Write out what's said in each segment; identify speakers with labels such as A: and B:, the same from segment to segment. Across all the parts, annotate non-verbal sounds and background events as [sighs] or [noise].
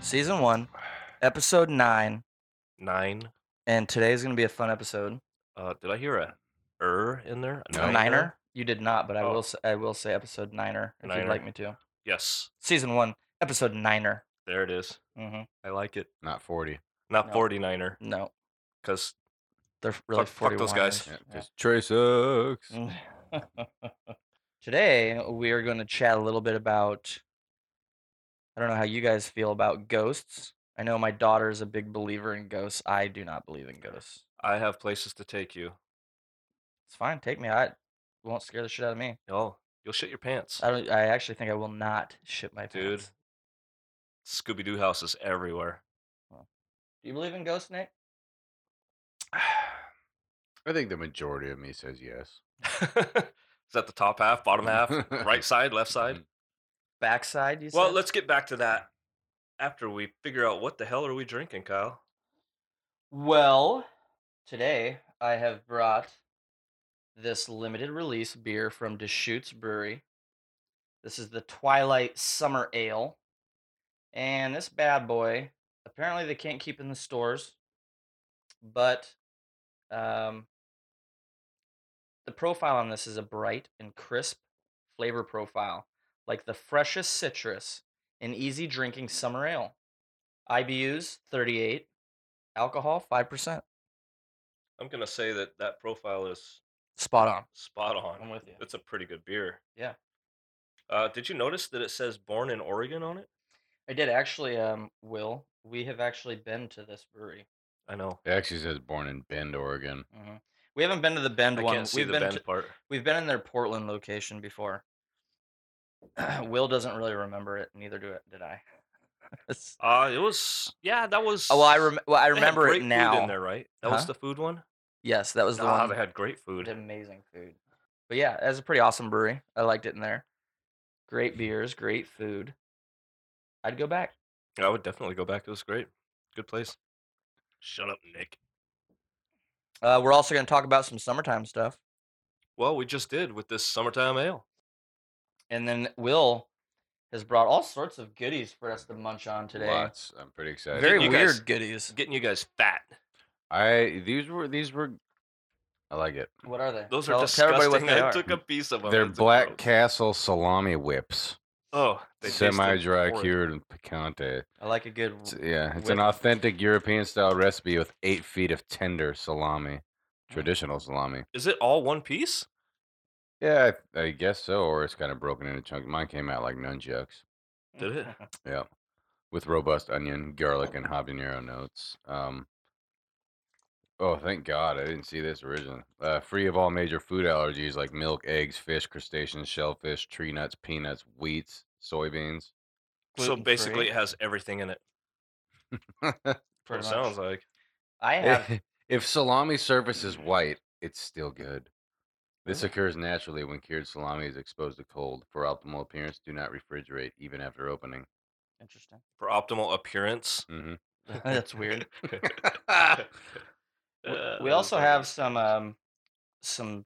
A: season one, episode nine,
B: Nine.
A: and today's gonna be a fun episode.
B: Uh, did I hear a er in there? A
A: Niner, you did not, but I
B: Oh.
A: will. Say, I will say episode niner if you'd
B: Niner.
A: like me to.
B: Yes,
A: Season one, episode niner.
B: there it is.
A: hmm
B: I like it.
C: Not 40.
B: Not
A: No.
B: 49er,
A: No,
B: because
A: they're really
B: Fuck- fuck those guys.
C: Yeah,
A: 41ers.
C: 'cause Trey sucks.
B: Mm.
A: [laughs] Today we are going to chat a little bit about. I don't know how you guys feel about ghosts. I know my daughter is a big believer in ghosts. I do not believe in ghosts.
B: I have places to take you.
A: It's fine. Take me. I it won't scare the shit out of me.
B: Oh, you'll shit your pants.
A: I don't. I actually think I will not shit my
B: Dude.
A: pants.
B: Scooby Doo houses
A: [sighs]
B: everywhere. [laughs]
A: Do you believe in ghosts, Nick?
C: I think the majority of me says yes.
B: is that the top half, bottom half,
A: [laughs]
B: right side, left side?
C: Mm-hmm.
A: Backside. You
B: Well,
A: said?
B: let's get back to that after we figure out what the hell are we drinking, Kyle.
A: Well, today I have brought this limited release beer from Deschutes Brewery. This is the Twilight Summer Ale. And this bad boy, apparently they can't keep in the stores, but um, the profile on this is a bright and crisp flavor profile, like the freshest citrus and easy drinking summer ale. IBUs 38, alcohol 5%.
B: I'm gonna say that that profile is
A: Spot on.
B: spot on.
A: I'm with you.
B: That's a pretty good beer.
A: Yeah.
B: Uh, did you notice that it says "Born in Oregon" on it?
A: I did actually, um, Will. We have actually been to this brewery.
B: I know.
C: It actually says born in Bend, Oregon.
A: Mhm. We haven't been to the Bend
B: I
A: one.
B: can't see
A: we've
B: the
A: been
B: bend
A: to-
B: part.
A: we've been in their Portland location before. [clears throat] Will doesn't really remember it. Neither do it, did
B: [laughs]
A: I. It's-
B: Uh, it was yeah, that was.
A: oh, [laughs] well, I rem- well, I
B: they had
A: remember
B: great
A: it
B: food
A: now.
B: in there, right? That was
A: Huh?
B: the food one.
A: Yes, that was the
B: Ah,
A: one.
B: they had great food.
A: with amazing food. But yeah, that's a pretty awesome brewery. I liked it in there.
B: Mm-hmm.
A: Great beers, great food. I'd go back.
B: I would definitely go back. It was great. Good place. Shut up, Nick.
A: Uh, we're also going to talk about some summertime stuff.
B: Well, we just did with this summertime ale.
A: And then Will has brought all sorts of goodies for us to munch on today.
C: Lots. I'm pretty excited.
A: Very
B: you
A: weird
B: guys-
A: goodies.
B: It's getting you guys fat.
C: I these were these were I like it.
A: What are they?
B: Those
A: Tell-
B: are
A: tell
B: disgusting.
A: everybody what they
B: I
A: are.
B: took a piece of them.
C: They're
B: It's
C: Black
B: gross.
C: Castle salami whips.
B: Oh, they tasted
C: Semi-dry
B: horrid.
C: cured and picante.
A: I like a good.
C: It's- yeah, it's an
A: Whip.
C: authentic European style recipe with 8 feet of tender
B: Mm.
C: salami. Traditional salami.
B: Is it all one piece?
C: Yeah, I, I guess so or it's kind of broken into chunks. Mine came out like nunchucks.
A: [laughs]
B: Did it?
C: Yeah. With robust onion, garlic, and habanero notes. Um, oh, thank God. I didn't see this originally. Uh, free of all major food allergies like milk, eggs, fish, crustaceans, shellfish, tree nuts, peanuts, wheats, soybeans. [laughs]
B: so basically,
A: Gluten-free,
B: it has everything in it.
A: pretty
B: it
A: much.
B: sounds like.
A: I have.
C: if salami surface is white, it's still good. This occurs naturally when cured salami is exposed to cold. For optimal appearance, do not refrigerate even after opening.
B: [laughs]
A: Interesting. [laughs]
B: for optimal appearance.
C: hmm
A: That's
B: [laughs]
A: weird. [laughs]
B: Uh,
A: W- we
B: that
A: also
B: was
A: have
B: weird.
A: some um, some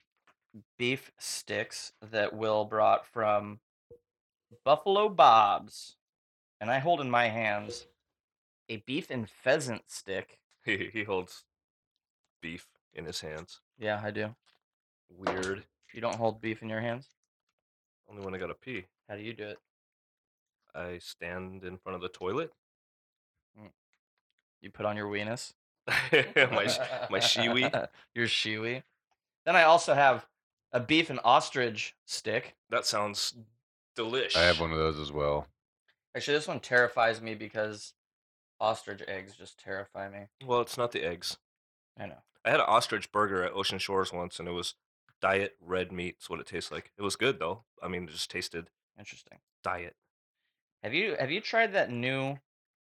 A: beef sticks that Will brought from Buffalo Bob's, and I hold in my hands a beef and pheasant stick.
B: He, he holds beef in his hands.
A: Yeah, I do.
B: Weird.
A: You don't hold beef in your hands.
B: Only when I gotta pee,
A: How do you do it?
B: I stand in front of the toilet. [laughs]
A: You put on your weenus.
B: [laughs]
A: [laughs]
B: my sh- my shiwi.
A: Your shiwi. Then I also have a beef and ostrich stick.
B: That sounds delish.
C: I have one of those as well.
A: Actually, this one terrifies me because ostrich eggs just terrify me.
B: Well, it's not the eggs.
A: I know.
B: I had an ostrich burger at Ocean Shores once, and it was diet red meat. Is what it tastes like. It was good though. I mean, it just tasted
A: Interesting.
B: diet.
A: Have you have you tried that new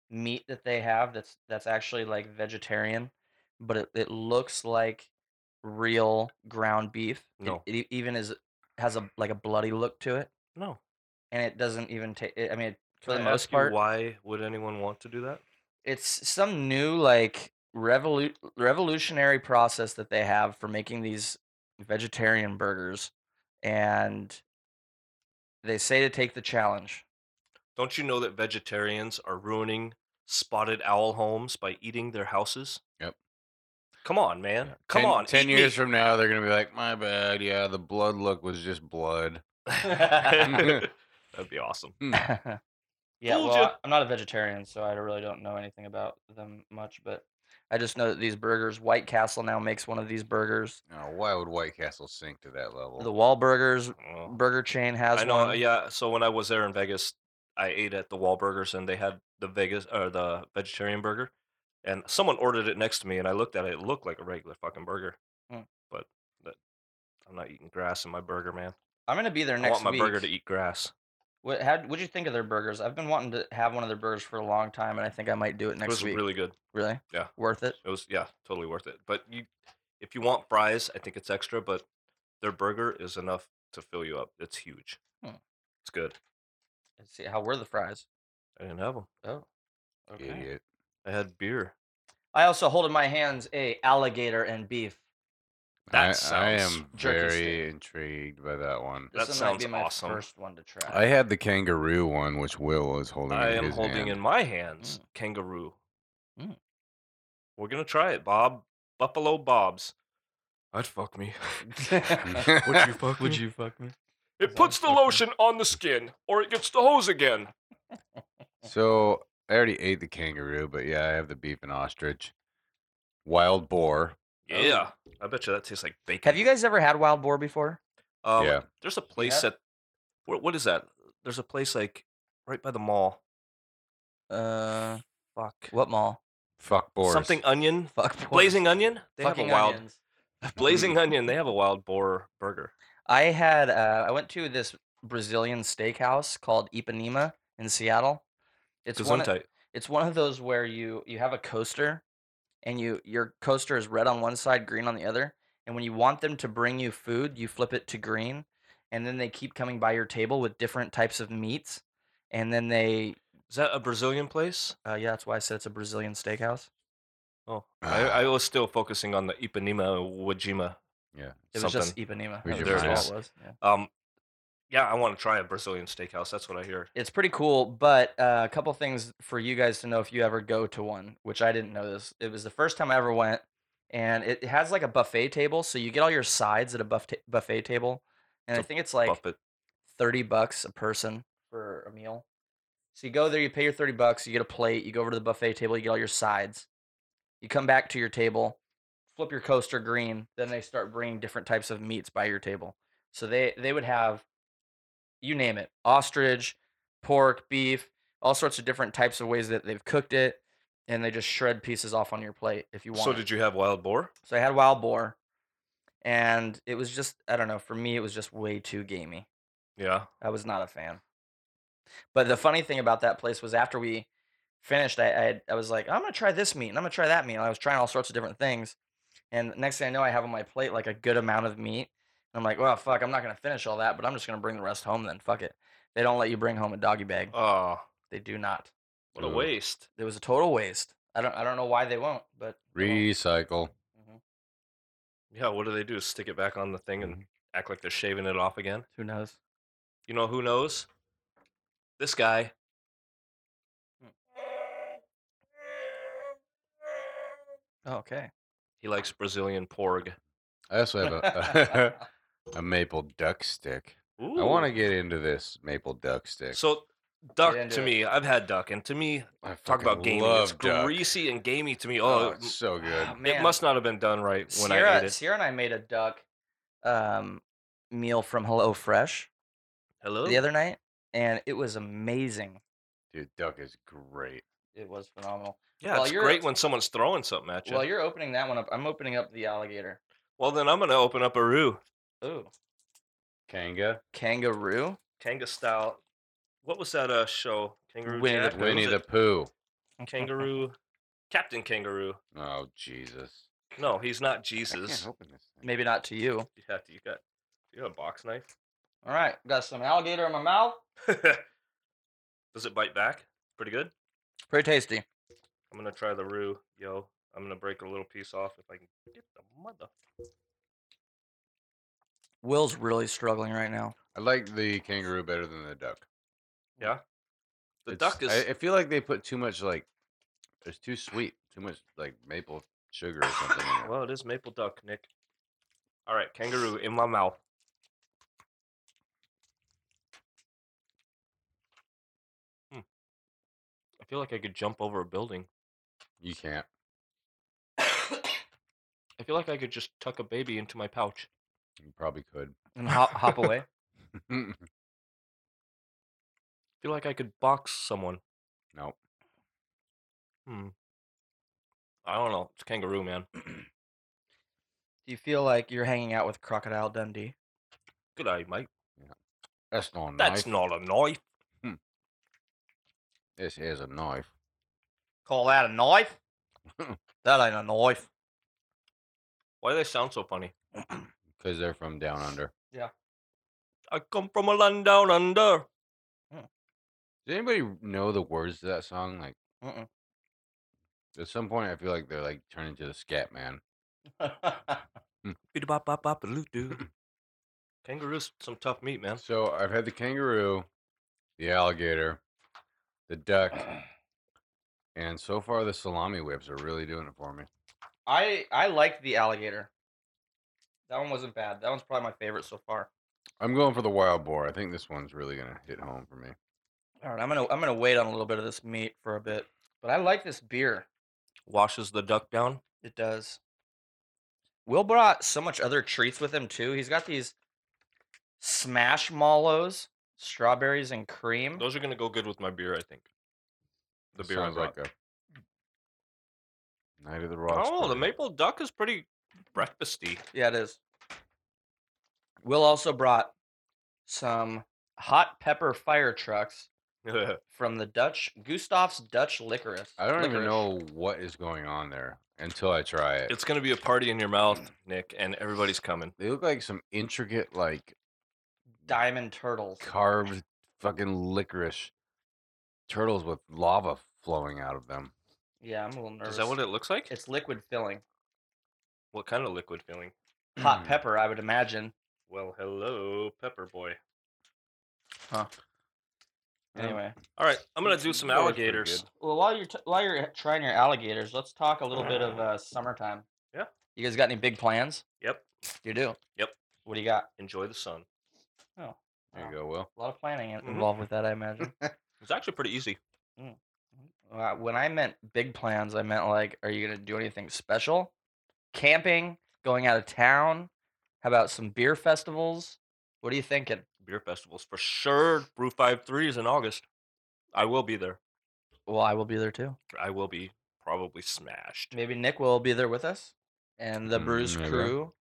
A: meat that they have that's that's actually like vegetarian, but it, it looks like real ground beef. It-
B: No.
A: It, e- even is has a like a bloody look to it,
B: No.
A: and it doesn't even take. I mean, it,
B: Can
A: for the
B: I
A: most
B: ask you
A: part,
B: why would anyone want to do that?
A: it's some new like revolu- revolutionary process that they have for making these vegetarian burgers and they say to take the challenge
B: Don't you know that vegetarians are ruining spotted owl homes by eating their houses.
C: Yep.
B: Come on, man.
C: Yeah.
B: Come
C: Ten-
B: on.
C: Ten
B: eat
C: years
B: me. [laughs]
C: [laughs] from now, they're gonna be like, "My bad. Yeah, the blood look was just blood."
B: That'd be awesome.
A: [laughs] yeah,
B: Fooled
A: well,
B: ya.
A: I- I'm not a vegetarian, so I really don't know anything about them much, but I just know that these burgers, White Castle now makes one of these burgers.
C: Now, Oh, why would White Castle sink to that level?
A: The Wahlburgers
B: Oh.
A: burger chain has
B: I know. uh,
A: one.
B: Yeah. So when I was there in Vegas, I ate at the Wahlburgers and they had the Vegas or the vegetarian burger, and someone ordered it next to me, and I looked at it. It looked like a regular fucking burger,
C: Hmm.
A: Mm.
B: but that, I'm not eating grass in my burger, man.
A: I'm gonna be there
B: I
A: next
B: want my
A: week.
B: burger to eat grass.
A: What how, what'd you think of their burgers? I've been wanting to have one of their burgers for a long time, and I think I might do it
B: it
A: next
B: was
A: week.
B: really good.
A: Really?
B: Yeah.
A: Worth it.
B: It was yeah, totally worth it. But you, if you want fries, I think it's extra, but their burger is enough to fill you up. It's huge.
A: Hmm.
B: It's good.
A: Let's see how were the fries.
B: I didn't have them.
A: Oh. Okay.
C: Idiot.
B: I had beer.
A: I also hold in my hands a alligator and beef.
B: That
C: I, I
B: sounds
C: am
A: jerky
C: very
A: steak.
C: intrigued by that one.
A: This
B: That
A: one might
B: sounds
A: be my
B: awesome.
A: first one to try.
C: I had the kangaroo one, which Will is holding.
B: I
C: in
B: am
C: his
B: holding
C: hand.
B: in my hands kangaroo. We're gonna try it, Bob. Buffalo Bob's. I'd fuck [laughs] me.
C: [laughs]
B: [laughs]
C: Would you
B: fuck?
A: Would you fuck me?
B: It puts the lotion on the skin, or it gets the hose again.
C: So I already ate the kangaroo, but yeah, I have the beef and ostrich, wild boar.
B: Yeah, I bet you that tastes like bacon.
A: Have you guys ever had wild boar before?
B: Um,
C: yeah,
B: There's a place
A: Yeah.
B: that. What, what is that? There's a place like right by the mall.
A: Uh,
B: Fuck.
A: what mall? [laughs]
C: fuck boars.
B: Something onion.
A: Fuck boars.
B: Blazing onion. They have a
A: Fucking
B: wild.
A: onions.
B: [laughs] Blazing onion. They have a wild boar burger.
A: I had uh, I went to this Brazilian steakhouse called Ipanema in Seattle. It's one. Of,
B: Gesundheit.
A: it's one of those where you you have a coaster, and you your coaster is red on one side, green on the other. And when you want them to bring you food, you flip it to green, and then they keep coming by your table with different types of meats. And then they,
B: Is that a Brazilian place?
A: uh, yeah, that's why I said it's a Brazilian steakhouse.
B: Oh, I,
C: Ah.
B: I was still focusing on the Ipanema Wajima.
C: Yeah.
A: It was
B: something.
A: just Ipanema.
C: Read
A: That
B: your
A: was
B: mind.
A: all it was. Yeah.
B: um, yeah, I want to try a Brazilian steakhouse. That's what I hear.
A: It's pretty cool, but uh, a couple things for you guys to know if you ever go to one, which I didn't know this. It was the first time I ever went, and it it has like a buffet table, so you get all your sides at a buff buffet table, and I
B: It's a
A: think it's like
B: Buffett.
A: thirty bucks a person for a meal. So you go there, you pay your thirty bucks, you get a plate, you go over to the buffet table, you get all your sides, you come back to your table, flip your coaster green, then they start bringing different types of meats by your table. So they they would have, you name it, ostrich, pork, beef, all sorts of different types of ways that they've cooked it, and they just shred pieces off on your plate if you want.
B: So
A: it.
B: did you have wild boar?
A: So I had wild boar, and it was just I don't know. For me, it was just way too gamey.
B: Yeah.
A: I was not a fan. But the funny thing about that place was after we finished, I I, had- I was like, I'm gonna try this meat and I'm gonna try that meat. And I was trying all sorts of different things. And next thing I know, I have on my plate like a good amount of meat. And I'm like, well, fuck, I'm not gonna finish all that, but I'm just gonna bring the rest home then. Fuck it. They don't let you bring home a doggy bag.
B: Oh,
A: They do not.
B: what a
C: Ooh.
B: waste.
A: It was a total waste. I don't I don't know why they won't, but they won't.
C: Recycle.
A: Mhm.
B: Yeah, what do they do? Stick it back on the thing
A: Mm-hmm.
B: and act like they're shaving it off again?
A: who
B: [laughs]
A: knows?
B: You know who knows? This guy.
A: Oh, okay.
B: He likes Brazilian porg.
C: I also have
B: uh, [laughs]
A: [laughs]
C: a [laughs] a maple duck stick. I want to
B: Ooh.
C: get into this maple duck stick.
B: So, duck
A: Get into
B: to
A: it.
B: me, I've had duck, and to me,
C: I
B: talk about
C: fucking
B: gamey.
C: Love
B: it's
C: duck.
B: greasy and gamey to me. Oh,
C: Oh, it's so good.
A: Ah,
B: it
A: man.
B: must not have been done right when
A: Sierra,
B: I ate it.
A: Sierra and I made a duck um, meal from Hello Fresh
B: Hello.
A: the other night, and it was amazing.
C: Dude, duck is great.
A: It was phenomenal.
B: yeah,
A: while
B: it's
A: you're-
B: great when someone's throwing something at you.
A: Well,
B: Well,
A: you're opening that one up. I'm opening up the alligator.
B: then I'm gonna open up a roux.
A: Ooh,
C: Kanga.
A: kangaroo.
B: Kanga style. What was that uh, show? Kangaroo
A: Winnie the
B: Jack? or
C: Winnie
B: was
C: the
A: [laughs]
B: it
C: Pooh.
A: Hmm.
B: Kangaroo. Captain Kangaroo.
C: Oh Jesus.
B: No, he's not
C: I can't
B: Jesus.
C: open this thing.
A: Maybe not to you.
B: You have to. You got. You got a box knife.
A: All right, got some alligator in my mouth.
B: [laughs] Does it bite back? Pretty good.
A: Pretty tasty.
B: I'm gonna try the roux, yo. I'm gonna break a little piece off if I can get the mother.
A: Will's really struggling right [coughs] now.
C: I like the kangaroo better than the duck.
B: The
C: It's-
B: duck is.
C: I, I feel like they put too much like It's too sweet. Too much like maple sugar or something.
B: [laughs]
C: in
B: [clears throat]
C: it.
B: Well, it is maple duck, Nick. All right, kangaroo in my mouth. Hmm. I feel like I could jump over a building.
C: You can't.
B: I feel like I could just tuck a baby into my pouch.
C: You probably
B: [laughs]
C: could. [laughs]
A: and hop, hop away.
B: I feel like I could box someone.
C: nope.
B: Hmm. I don't know. It's kangaroo, man.
A: Do you feel like you're hanging out with Crocodile Dundee?
B: Good eye, mate.
C: That's not a
B: That's
C: knife.
B: not a knife.
C: This is a knife.
A: Call that a knife? [laughs] that ain't a knife. [laughs]
B: Why do they sound so funny?
C: Because they're from down under.
B: I come from a land down under.
C: Does anybody know the words to that song? Like
A: Mm-mm.
C: at some point I feel like they're like turning into the scat man.
B: bop bop bop doo. [laughs] Kangaroos some tough meat, man.
C: So I've had the kangaroo, the alligator,
B: [clears throat]
C: the duck, and so far the salami whips are really doing it for me.
A: I I like the alligator. That one wasn't bad. That one's probably my favorite so far.
C: I'm going for the wild boar. I think this one's really gonna hit home for me.
A: All right, I'm gonna I'm gonna wait on a little bit of this meat for a bit, but I like this beer.
B: Washes the duck down.
A: It does. Will brought so much other treats with him too. He's got these smash mallows, strawberries and cream.
B: Those are gonna go good with my beer, I think. The
C: This
B: beer I
C: sounds
B: brought.
C: like a night of the rock.
B: Oh, the maple duck is pretty breakfasty. [laughs]
A: Yeah, it is. Will also brought some hot pepper fire trucks from the Dutch Gustav's Dutch licorice.
C: I don't even
A: licorice.
C: know what is going on there until I try it.
B: it's gonna be a party in your mouth, Nick, and everybody's coming.
C: they look like some intricate, like
A: diamond turtles.
C: carved fucking licorice turtles with lava flowing out of them.
A: Yeah, I'm a little nervous.
B: Is that what it looks like?
A: It's liquid filling.
B: What kind of liquid feeling?
A: Hot
C: Mm.
A: pepper, I would imagine.
B: Well, hello, Pepper Boy.
C: Yeah.
A: Anyway,
B: All right, I'm gonna do some
C: That was pretty
B: alligators.
C: good.
A: well, while you're t- while you're trying your alligators, let's talk a little bit of uh, summertime.
B: Yeah.
A: You guys got any big plans?
B: Yep.
A: You do.
B: Yep.
A: What do you got?
B: Enjoy the sun.
A: Oh,
C: There
A: wow.
C: you go, Will.
A: A lot of planning in-
B: Mhm.
A: involved with that, I imagine.
B: It's actually pretty easy.
A: Uh, when I meant big plans, I meant like, are you gonna do anything special? Camping, going out of town. How about some beer festivals? What are you thinking?
B: Beer festivals for sure. Brew five threes in August. I will be there.
A: Well, I will be there too.
B: I will be probably smashed.
A: Maybe Nick will be there with us, and the
C: Mm,
A: Brews
C: maybe.
A: crew.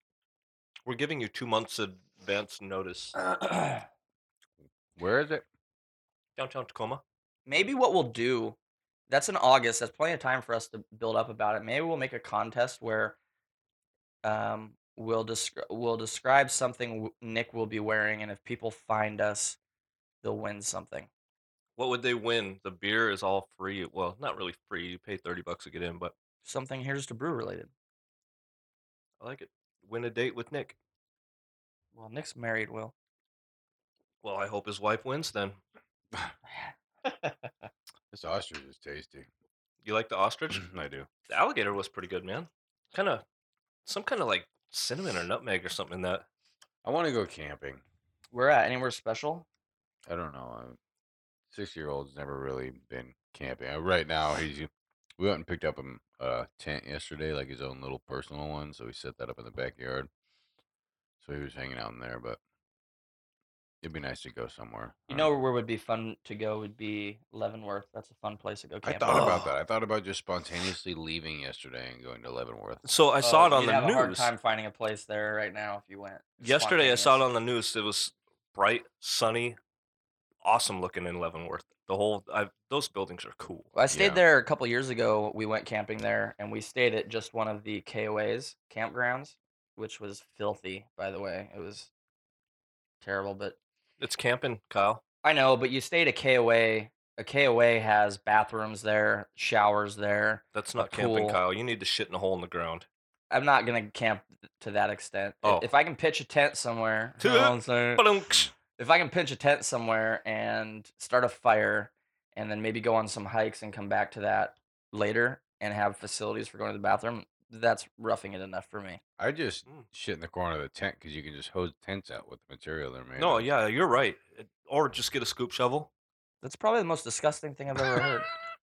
B: We're giving you two months advance notice.
A: Uh [clears throat]
C: Where is it?
B: Downtown Tacoma.
A: Maybe what we'll do. That's in August. That's plenty of time for us to build up about it. Maybe we'll make a contest where, um, we'll descri- we'll describe something w- Nick will be wearing, and if people find us, they'll win something.
B: What would they win? The beer is all free. Well, not really free. You pay thirty bucks to get in, but
A: Something here's to brew related.
B: I like it. Win a date with Nick.
A: Well, Nick's married. Will
B: Well, I hope his wife wins then.
C: This ostrich is tasty. [clears throat]
B: You like the ostrich?
A: Mm.
C: I do.
B: the alligator was pretty good, man. Kind of, some kind of like cinnamon or nutmeg or something in that.
C: I want to go camping.
A: we're at anywhere special?
C: I don't know. Six year old's never really been camping. Uh, Right now, he's u- we went and picked up him a tent yesterday, like his own little personal one. So we set that up in the backyard. So he was hanging out in there, but it'd be nice to go somewhere. Uh,
A: You
C: I
A: know
C: don't-
A: where would be fun to go would be Leavenworth. That's a fun place to go
C: I
A: camping.
C: thought
B: Oh.
C: about that. I thought about just spontaneously leaving yesterday and going to Leavenworth.
B: So I saw it on the
A: Oh, have A hard
B: news
A: time finding a place there right now if you went.
B: yesterday. I saw it on the news. It was bright, sunny, awesome looking in Leavenworth. The whole i those buildings are cool.
A: I stayed
C: Yeah.
A: there a couple years ago. We went camping there, and we stayed at just one of the KOA's campgrounds, which was filthy, by the way. It was terrible, but
B: It's camping, Kyle.
A: I know. But you stayed at KOA. A KOA has bathrooms there, showers there.
B: That's not camping,
A: pool.
B: Kyle. You need to shit in a hole in the ground.
A: I'm not gonna camp to that extent. I-
B: Oh.
A: If I can pitch a tent somewhere, you
B: [laughs]
A: know what I'm saying?
B: Ba-dunks.
A: if I can pitch a tent somewhere and start a fire, and then maybe go on some hikes and come back to that, later and have facilities for going to the bathroom, that's roughing it enough for me.
C: I just
B: Mm.
C: shit in the corner of the tent because you can just hose tents out with the material they're made.
B: No,
C: of.
B: yeah, you're right. It- Or just get a scoop shovel.
A: That's probably the most disgusting thing I've ever
B: [laughs]
A: heard.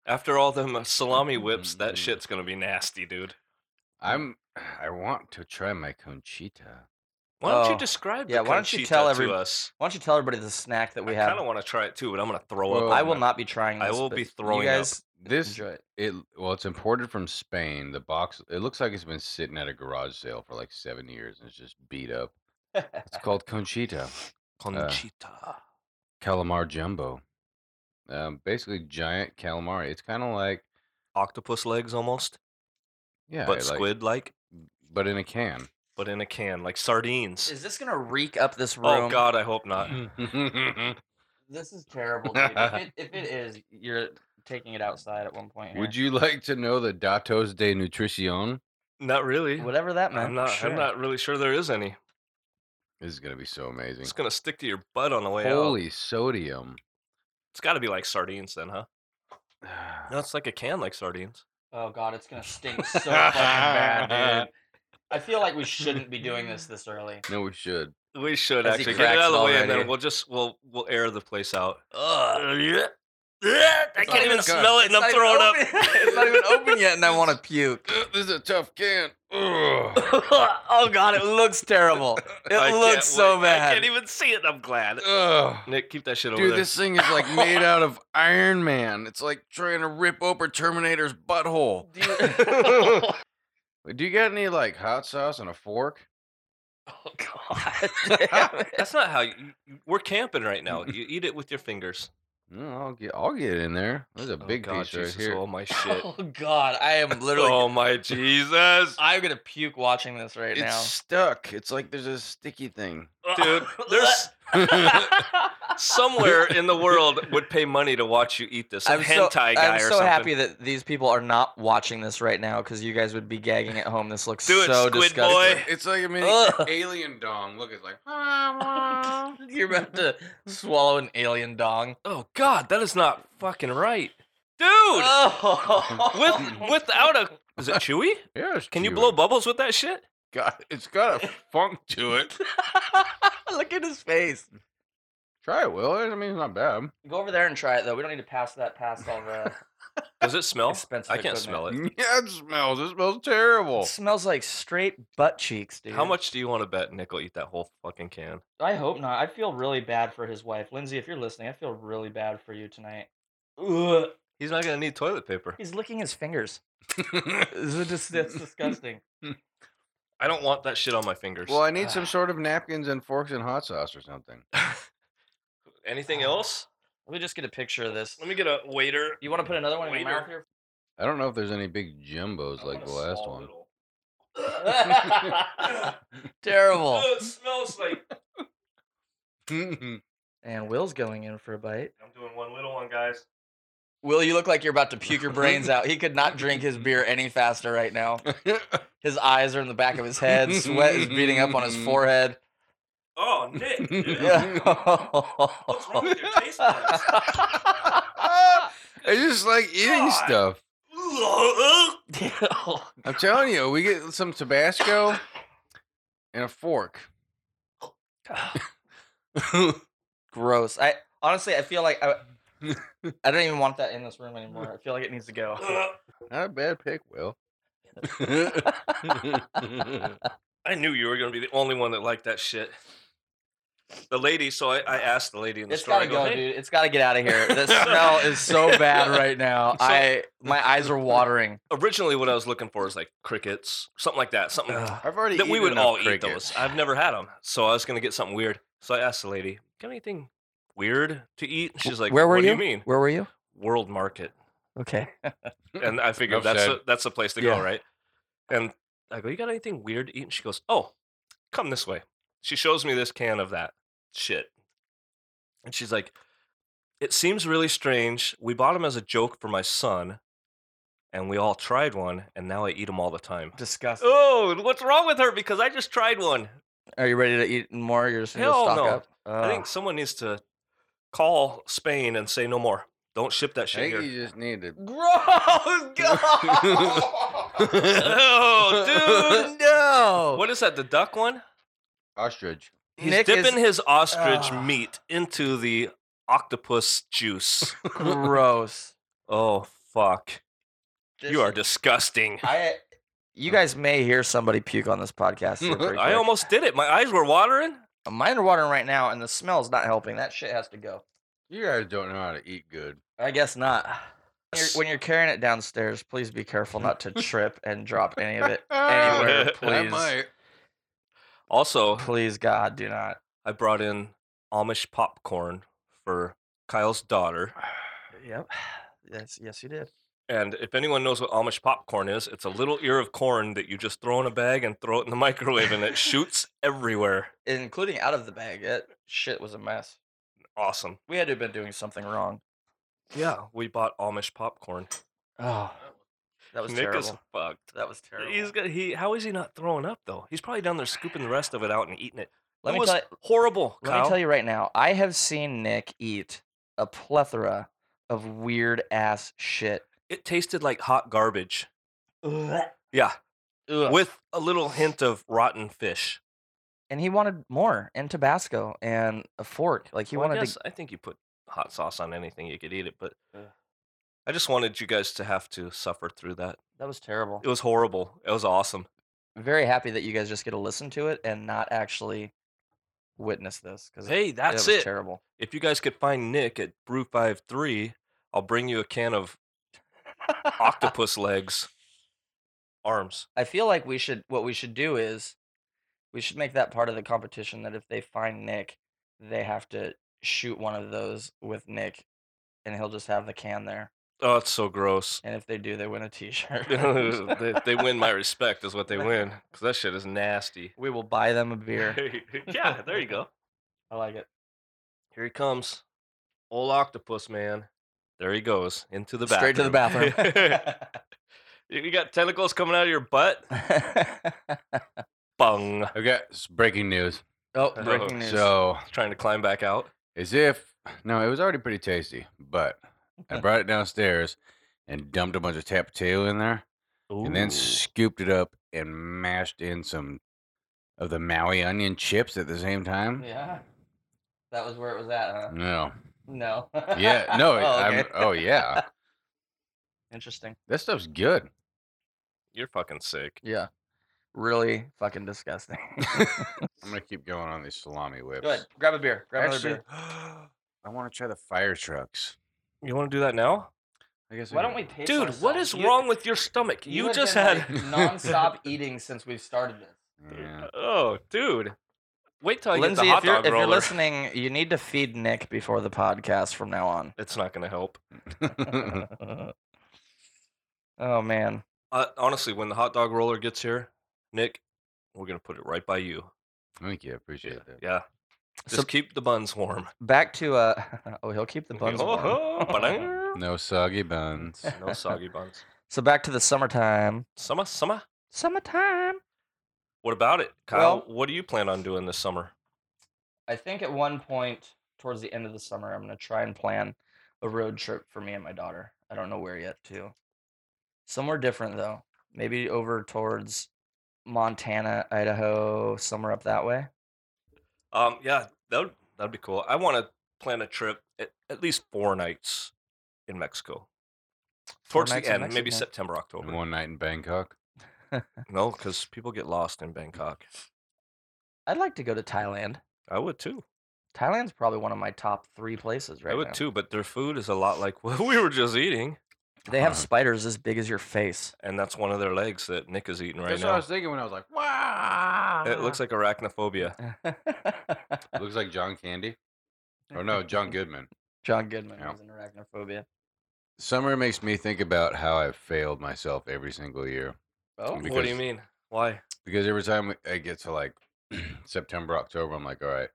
B: After all them uh, salami whips,
A: Mm-hmm.
B: that shit's gonna be nasty, dude.
C: I'm. [sighs] I want to try my conchita.
B: Why don't
A: Oh,
B: you describe
A: yeah,
B: the
A: why don't you
B: conchita
A: tell
B: to
A: every-
B: us?
A: Why don't you tell everybody the snack that we
B: I
A: have?
B: kind of want to try it too, but I'm gonna throw
C: Well,
B: up.
A: I
B: on
A: will
B: it.
A: not be trying. This,
B: I will
A: but
B: be throwing
A: you
B: up. [laughs]
A: guys
C: This
A: enjoy it.
C: it well, it's imported from Spain. The box it looks like it's been sitting at a garage sale for like seven years and it's just beat up.
B: [laughs]
C: It's called conchita.
A: uh
B: Conchita.
C: calamar jumbo. Um, basically giant calamari. It's kind of like
B: Octopus legs almost,
C: yeah,
B: but
C: like-
B: squid like,
C: but in a can.
B: but in a can, like
A: [laughs]
B: sardines.
A: Is this gonna reek up this room?
B: Oh God, I hope not. Uh,
C: [laughs]
A: this is terrible. Dude. if, it, if
B: [laughs]
A: it is, you're taking it outside at one point.
C: Would you [laughs] like to know the datos de nutrición?
A: Mm-hmm.
B: Not really.
A: Whatever that meant.
B: I'm not.
A: sure.
B: I'm not really sure there is any.
C: This is gonna be so amazing.
B: It's gonna stick to your butt on the way out. [sighs]
C: Holy sodium.
B: It's got to be like sardines then, huh? No, it's like a can like sardines.
A: Oh God, it's gonna stink so fucking bad, [laughs] dude. I feel like we shouldn't be doing this this early.
C: No, we should.
B: We should
A: As he
B: actually get it
A: cracks
B: out of the
A: it
B: way, and then
A: already.
B: we'll just we'll we'll air the place out.
A: Ugh.
B: I
A: not
B: can't even
A: even
C: good.
B: smell it, and I'm throwing [laughs] up.
A: it's not even open [laughs] yet, and I want to puke.
C: This is a tough can. Ugh.
A: [laughs]
B: [laughs]
A: oh God, it looks terrible. It
B: I can't
A: looks so
B: wait. I
A: bad.
B: can't even see it. I'm glad.
C: Ugh.
B: Nick, keep that shit over
C: Dude,
B: there.
C: this thing is like made out of Iron Man. It's like trying to rip open Terminator's butthole.
A: Do you- [laughs]
C: Wait, Do you got any like hot sauce and a fork?
A: oh God, [laughs] damn it.
B: [laughs] That's not how you, you- We're camping right now. You eat it with your fingers.
C: No, Mm, I'll get I'll get in there. There's a
B: Oh,
C: big
B: God,
C: piece right
B: Jesus,
C: here.
B: Oh my
A: [laughs]
B: shit.
A: Oh God, I
B: [laughs]
A: am literally.
B: oh my Jesus,
A: I'm gonna puke watching this right
C: it's stuck. It's like there's a sticky thing.
A: now, [laughs]
B: dude. There's somewhere in the world would pay money to watch you eat this. A
A: I'm so,
B: hentai guy
A: I'm
B: or
A: so
B: something.
A: happy that these people are not watching this right now because you guys would be gagging at home. This looks
B: Do it,
A: so
B: Squid
A: disgusting.
B: Boy.
C: It's like a mini
A: Ugh.
C: alien dong. Look, it's like
A: [laughs] You're about to swallow an alien dong.
B: Oh God, that is not fucking right, dude.
A: [laughs] Oh.
B: With without a is it chewy?
C: yeah. it's
B: Can you
C: chewy.
B: blow bubbles with that shit?
C: God, it's [laughs] got a funk to it.
A: [laughs] Look at his face.
C: Try it, Will. I mean, it's not bad.
A: Go over there and try it though. We don't need to pass that past all
B: [laughs]
A: the
B: Does it smell?
A: expensive.
B: I can't smell
A: equipment.
B: it.
C: [laughs] Yeah, it smells. It smells terrible.
A: It smells like straight butt cheeks, dude.
B: How much do you want to bet Nick will eat that whole fucking can?
A: I hope not. I feel really bad for his wife, Lindsay. If you're listening, I feel really bad for you tonight. Ugh.
B: He's not gonna need toilet paper.
A: He's licking his fingers. [laughs]
C: [laughs]
A: This is just that's disgusting.
B: I don't want that shit on my fingers.
C: well, I need some sort of napkins and forks and hot sauce or something.
B: Anything else?
A: Let me just get a picture of this.
B: Let me get a waiter.
A: You
B: [laughs]
A: want to put another one in your
B: Waiter.
A: mouth here?
C: I don't know if there's any big jumbos like the last one.
B: [laughs]
A: [laughs] Terrible.
B: it smells like.
A: And Will's going in for a bite.
B: I'm doing one little one, guys.
A: Will, you look like you're about to puke your [laughs] brains out. He could not drink his beer any faster right now. [laughs]
C: [laughs]
A: His eyes are in the back of his head. Sweat is beating up [laughs] on his forehead.
B: Oh, Nick.
C: [laughs]
A: Yeah. [laughs]
B: with your taste buds?
C: I just like eating
B: God.
C: stuff.
A: Oh,
C: I'm telling you, we get some Tabasco and a fork.
A: Gross. I honestly, I feel [laughs] like I, I don't even want that in this room anymore. I feel like it needs to go.
C: [laughs]
A: [laughs]
C: Not a bad pick,
B: [laughs]
C: Will.
B: I knew you were going to be the only one that liked that shit. The lady, so I, I asked the lady in the
A: It's
B: store. I
A: gotta go,
B: "Hey,
A: dude. It's gotta get out of here.
B: [laughs]
A: The smell is so bad right now. I my eyes are watering.
B: Originally, what I was looking for is like crickets, something like that, something
A: Ugh.
C: I've already
B: that we
C: eaten
B: would
C: enough
B: all eat
C: crickets.
B: those. I've never had them, so I was going to get something weird. So I asked the lady, "Got anything weird to eat?" And [laughs] She's like,
A: Where were
B: what
A: you?
B: do you mean?
A: Where were you?
B: World Market.
A: Okay.
B: and I figured
C: Enough
B: that's
C: said.
B: the, that's the place to
A: Yeah.
B: go, right? And I go, you got anything weird to eat? And she goes, oh, come this way. She shows me this can of that shit, and she's like, it seems really strange. We bought them as a joke for my son, and we all tried one, and now I eat them all the time.
A: Disgusting.
B: Oh, what's wrong with her? Because I just tried one.
A: Are you ready to eat more? You're just gonna
B: Hell
A: stock
B: no.
A: up.
B: I
A: Ugh.
B: think someone needs to call Spain and say no more. Don't ship that
C: I
B: shit
C: think
B: here.
C: you just need to.
A: Gross! God!
B: [laughs]
A: [laughs]
B: [laughs] oh, dude.
A: no!
B: What [laughs] is that? The duck one?
C: [laughs] Ostrich.
B: He's
A: Nick
B: dipping
A: is
B: his ostrich
A: Ah.
B: meat into the octopus juice.
A: gross.
B: oh fuck. you are
A: This-
B: disgusting.
A: I. You guys may hear somebody puke on this podcast. here pretty
B: Hmm. I
A: quick.
B: almost did it. My eyes were watering.
A: Mine are watering right now, and the smell's not helping. That shit has to go.
C: You guys don't know how to eat good.
A: I guess not. When
B: Yes.
A: you're, when you're carrying it downstairs, please be careful not [laughs] to trip and drop any of it [laughs] anywhere.
C: Ah, I
A: Please,
C: might.
B: Also,
A: please, God, do not.
B: I brought in Amish popcorn for Kyle's daughter.
A: Yep. Yes, yes, you did.
B: And if anyone knows what Amish popcorn is, it's a little ear of corn that you just throw in a bag and throw it in the [laughs] microwave and it shoots everywhere.
A: Including out of the bag. That shit was a mess.
B: Awesome.
A: We had to have been doing something wrong.
B: Yeah, we bought Amish popcorn.
A: Oh, that was
B: Nick
A: terrible.
B: is fucked.
A: That was terrible.
B: He's got, he how is he not throwing up though? He's probably down there scooping the rest of it out and eating it.
A: let
B: it
A: me
B: was
A: tell you,
B: horrible.
A: let
B: Kyle.
A: me tell you right now. I have seen Nick eat a plethora of weird ass shit.
B: It tasted like hot garbage.
A: Ugh.
B: Yeah, with a little hint of rotten fish.
A: and he wanted more and Tabasco and a fork. Like he
B: Well, I
A: wanted
B: guess
A: to.
B: I think you put hot sauce on anything, you could eat it. But
A: Ugh.
B: I just wanted you guys to have to suffer through that.
A: That was terrible.
B: It was horrible. It was awesome.
A: I'm very happy that you guys just get to listen to it and not actually witness this because
B: Hey,
A: it
B: that's
A: was
B: it.
A: terrible.
B: If you guys could find Nick at Brew Five Three, I'll bring you a can
A: [laughs]
B: of octopus legs, arms.
A: I feel like we should. What we should do is, we should make that part of the competition. That if they find Nick, they have to shoot one of those with Nick, and he'll just have the can there.
B: Oh, it's so gross.
A: And if they do, they win a
B: [laughs]
A: T-shirt. [laughs]
B: they, they win my respect, is what they win, because that shit is nasty.
A: we will buy them a beer.
B: [laughs] yeah, there you go.
A: I like it.
B: Here he comes, old octopus man. There he goes into the bathroom.
A: Straight to the
B: [laughs]
A: bathroom. [laughs]
B: You you got tentacles coming out of your butt? Bung.
C: I've got s- breaking news.
A: [laughs] oh,
B: Oh,
A: breaking news.
C: So,
B: Trying to climb back out.
C: as if no, it was already pretty tasty, but
B: [laughs]
C: I brought it downstairs and dumped a bunch of tapatio in there, and then scooped it up and mashed in some of the Maui onion chips at the same time.
A: yeah, that was where it was at, huh?
C: No.
A: No.
C: [laughs] Yeah.
A: [laughs]
C: No.
A: oh,
C: I'm,
A: okay.
C: oh [laughs] yeah.
A: Interesting.
C: That stuff's good.
B: you're fucking sick.
A: Yeah. Really fucking
B: [laughs]
A: disgusting.
C: I'm gonna keep going on these salami whips.
A: Go ahead. Grab a beer. Grab
C: Actually,
A: another
C: I want to try the fire trucks.
B: [gasps] You want to do that now?
C: I guess.
A: beer. Why don't we taste
B: Dude, what is wrong with your stomach? You, just had.
A: nonstop eating since we've started this.
C: [laughs] Yeah.
B: [laughs] Oh, dude. Wait till I
A: Lindsay,
B: Oh, get
A: if
B: the
A: you're,
B: hot dog
A: if you're
B: roller.
A: listening, you need to feed Nick before the podcast from now on. [laughs]
B: It's not going to help.
A: oh man.
B: Uh, honestly, when the hot dog roller gets here, Nick, we're going to put it right by you.
C: [laughs] Thank you. I appreciate that.
B: Yeah. Just
A: So-
B: keep the buns warm.
A: Back to uh [laughs] oh, he'll
B: [laughs]
A: keep the buns. warm.
B: Oh,
A: [laughs]
B: ba-dang.
C: No [laughs] soggy buns.
B: no soggy buns.
A: So back to the summertime.
B: Summer, summer.
A: Summertime.
B: What about it, Kyle?
A: Well-
B: what do you plan on doing this summer?
A: I think at one point towards the end of the summer, I'm going to try and plan a road trip for me and my daughter. I don't know where yet, too. Somewhere different, though. Maybe over towards Montana, Idaho, somewhere up that way.
B: Um, yeah, that would that'd be cool. I want to plan a trip at, at least four nights in Mexico
A: Four
B: towards the
A: nights in
B: end, maybe
A: Mexico.
B: September,
C: And
B: October.
C: one night in Bangkok.
B: No, because people get lost in Bangkok.
A: I'd like to go to Thailand.
B: I would too.
A: Thailand's probably one of my top three places right
B: I would
A: now.
B: too, but their food is a lot like [laughs] what we were just eating,
A: They
C: [laughs]
A: have
C: Uh-huh.
A: spiders as big as your face.
B: and that's one of their legs that Nick is eating right
C: That's what I was thinking when I was like, wow.
B: now. It looks like arachnophobia.
C: Oh, [laughs] looks like John Candy. Oh
A: [laughs]
C: no, [laughs] John Goodman.
A: John Goodman
C: Yeah.
A: was in arachnophobia.
C: Summer makes me think about how I've failed myself every single year.
A: Oh,
C: Because-
B: what do you mean? Why?
C: because every time we- I get to like [clears throat] September, October, I'm like, all right,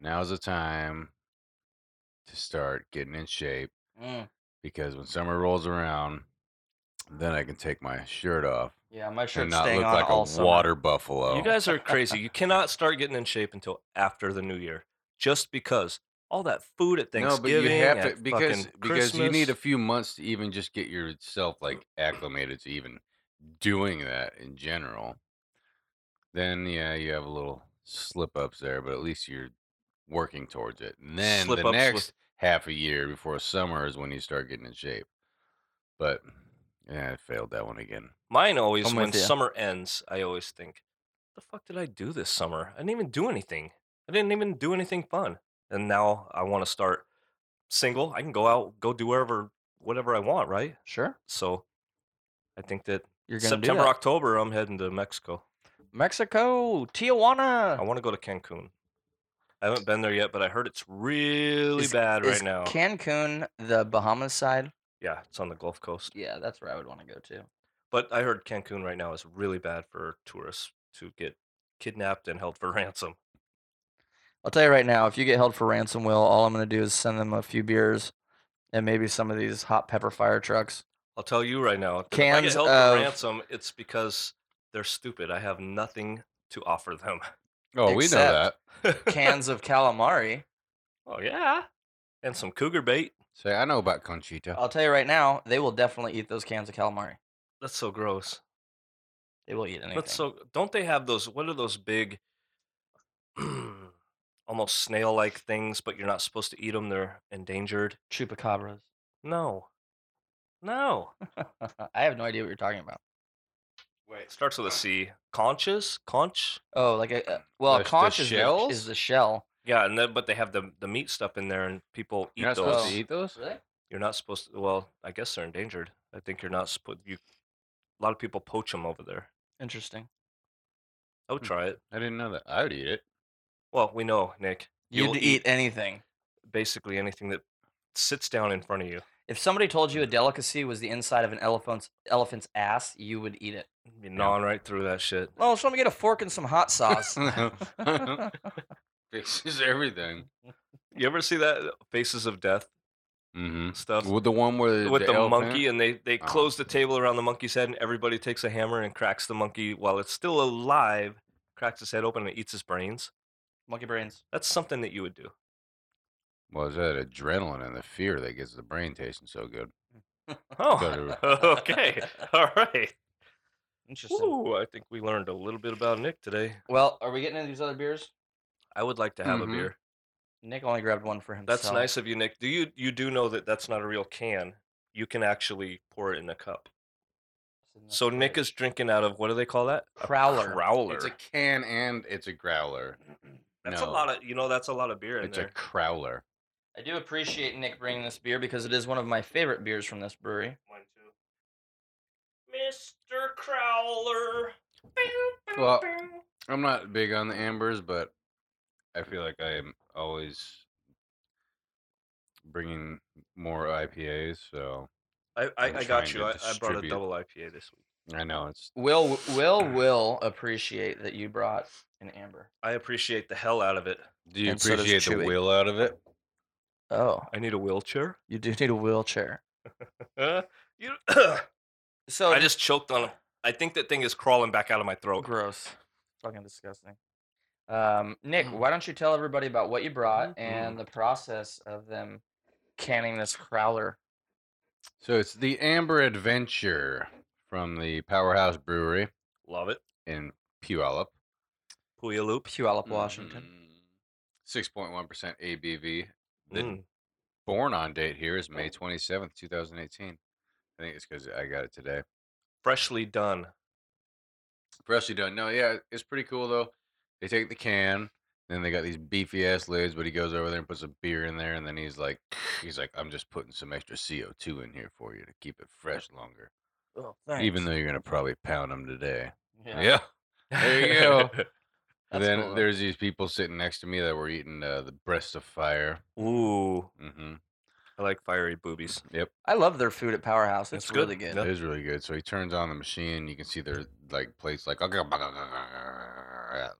C: now's the time to start getting in shape
A: mm,
C: because when summer rolls around, then I can take my shirt off
A: yeah, my
C: and
A: shirt's
C: not
A: staying
C: look
A: on
C: like
A: all
C: a
A: summer.
C: water buffalo.
B: You guys are crazy. You cannot start getting in shape until after the new year, just because all that food at Thanksgiving. at
C: because
B: fucking
C: because you need a
B: Christmas.
C: few months to even just get yourself like acclimated to even doing that in general. Then yeah, you have a little slip ups there, but at least you're working towards it. And then
B: Slip
C: the
B: ups with-
C: next half a year before summer is when you start getting in shape. But yeah, I failed that one again.
B: Mine always
A: I'm
B: when
A: with ya.
B: summer ends, I always think, the fuck did I do this summer? I didn't even do anything. I didn't even do anything fun. And now I want to start single. I can go out, go do wherever whatever I want, right?
A: Sure.
B: So I think that
A: You're gonna
B: September,
A: do that.
B: October, I'm heading to Mexico.
A: Mexico,
B: I
A: Tijuana.
B: want to go to Cancun. I haven't been there yet, but I heard it's really
A: Is-
B: bad
A: is
B: right now.
A: Cancun, the Bahamas side.
B: yeah, it's on the Gulf Coast.
A: Yeah, that's where I would want to go to.
B: But I heard Cancun right now is really bad for tourists to get kidnapped and held for [laughs] ransom.
A: I'll tell you right now, if you get held for ransom, will all I'm gonna do is send them a few beers and maybe some of these hot pepper fire trucks.
B: I'll tell you right now. if I get
A: Cans
B: held
A: of-
B: for ransom, it's because they're stupid. I have nothing to offer them.
C: Oh, we know
A: Except-
C: that.
A: Cans of calamari.
B: [laughs] oh yeah, and some cougar bait.
C: Say I know about Conchita.
A: I'll tell you right now, they will definitely eat those cans of calamari.
B: That's so gross.
A: They will eat anything.
B: That's so. Don't they have those? What are those big, [clears throat] almost snail-like things? But you're not supposed to eat them. They're endangered.
A: chupacabras. [laughs]
B: No, no.
A: I have no idea what you're talking about.
B: Wait. Starts with a C. Conches, conch.
A: Oh, like a uh, well, a
C: That's the
A: conch is, the,
C: shells?
A: is the shell.
B: Yeah, and then, but they have the the meat stuff in there, and people eat
C: You're not
B: those.
C: supposed to eat those.
A: Really?
B: You're not supposed to. Well, I guess they're endangered. I think you're not supposed. You, a lot of people poach them over there.
A: Interesting.
B: I would
C: Hmm.
B: try it.
C: I didn't know that. I would
B: [laughs]
C: eat it. [laughs]
B: Well, we know Nick.
A: You'd
B: You'll
A: eat,
B: eat-
A: anything.
B: Basically, anything that sits down in front of you.
A: If somebody told you a delicacy was the inside of an elephant's elephant's ass, you would eat it.
B: You gnawing right through that shit.
A: Well, so let me get a fork and some hot
B: [laughs]
A: sauce. [laughs]
C: Fixes everything.
B: You ever see that Faces of Death
C: Mm-hmm.
B: stuff
C: With the one where
B: with the,
C: elephant-
B: monkey, and they they
C: Oh.
B: close the table around the monkey's head, and everybody takes a hammer and cracks the monkey while it's still alive, cracks his head open and eats his brains.
A: Monkey brains.
B: That's something that you would do.
C: Well, is that adrenaline and the fear that gets the brain tasting so good?
B: Oh,
C: Better-
B: [laughs]
C: [laughs]
B: okay, all right.
A: [laughs] Interesting.
B: Ooh, I think we learned a little bit about Nick today.
A: Well, are we getting into these other beers?
B: I would like to have
C: Mhm.
B: a beer.
A: Nick only grabbed one for himself.
B: That's nice of you, Nick. Do you you do know that that's not a real can? You can actually pour it in a cup. So Nick is drinking out of what do they call that? A
A: Crowler.
B: Crowler.
C: It's a can and it's a growler.
B: that's a
C: no.
B: lot of you know. That's a lot of beer in
C: It's
B: there.
C: a crowler.
A: I do appreciate Nick bringing this beer because it is one of my favorite beers from this brewery.
B: One, two. Mr. Crowler.
C: Well, I'm not big on the ambers, but I feel like I am always bringing more IPAs. So
B: I I,
C: I'm
B: I
C: trying
B: got
C: to
B: you. I, I brought a
C: distribute.
B: double IPA this week.
C: I know it's
A: Will Will will appreciate that you brought an amber.
B: I appreciate the hell out of it.
C: Do you
A: And so does
C: appreciate the
A: Chewy.
C: will out of it?
A: Oh,
B: I need a wheelchair.
A: you do need a wheelchair.
B: Huh? you, [coughs]
C: Oh,
A: So
B: I just choked on. I think that thing is crawling back out of my throat.
A: gross, fucking disgusting. Um, Nick,
B: Mm-hmm.
A: why don't you tell everybody about what you brought and the process of them canning this crowler?
C: So it's the Amber Adventure from the Powerhouse Brewery
B: Love it.
C: in Puyallup.
B: Puyallup.
A: Puyallup, Washington.
C: Mm-hmm. Six point one percent ABV. The
B: Mm.
C: born on date here is
A: Oh.
C: May twenty seventh, two thousand eighteen. I think it's because I got it today.
B: Freshly done.
C: Freshly done. No, yeah, it's pretty cool though. They take the can, then they got these beefy ass lids, but he goes over there and puts a beer in there, and then he's like, he's like, I'm just putting some extra CO two in here for you to keep it fresh longer,
A: Oh,
C: even though you're gonna probably pound them today.
A: yeah.
C: yeah. There you go.
A: That's
C: then
A: cool, though.
C: there's these people sitting next to me that were eating uh, the breasts of fire.
B: [laughs] Ooh,
C: hmm
B: I like fiery boobies.
C: Yep,
A: I love their food at Powerhouse.
B: It's
A: It's,
B: good.
A: really good.
B: Yeah.
C: it is really good. So he turns on the machine. You can see their like plates like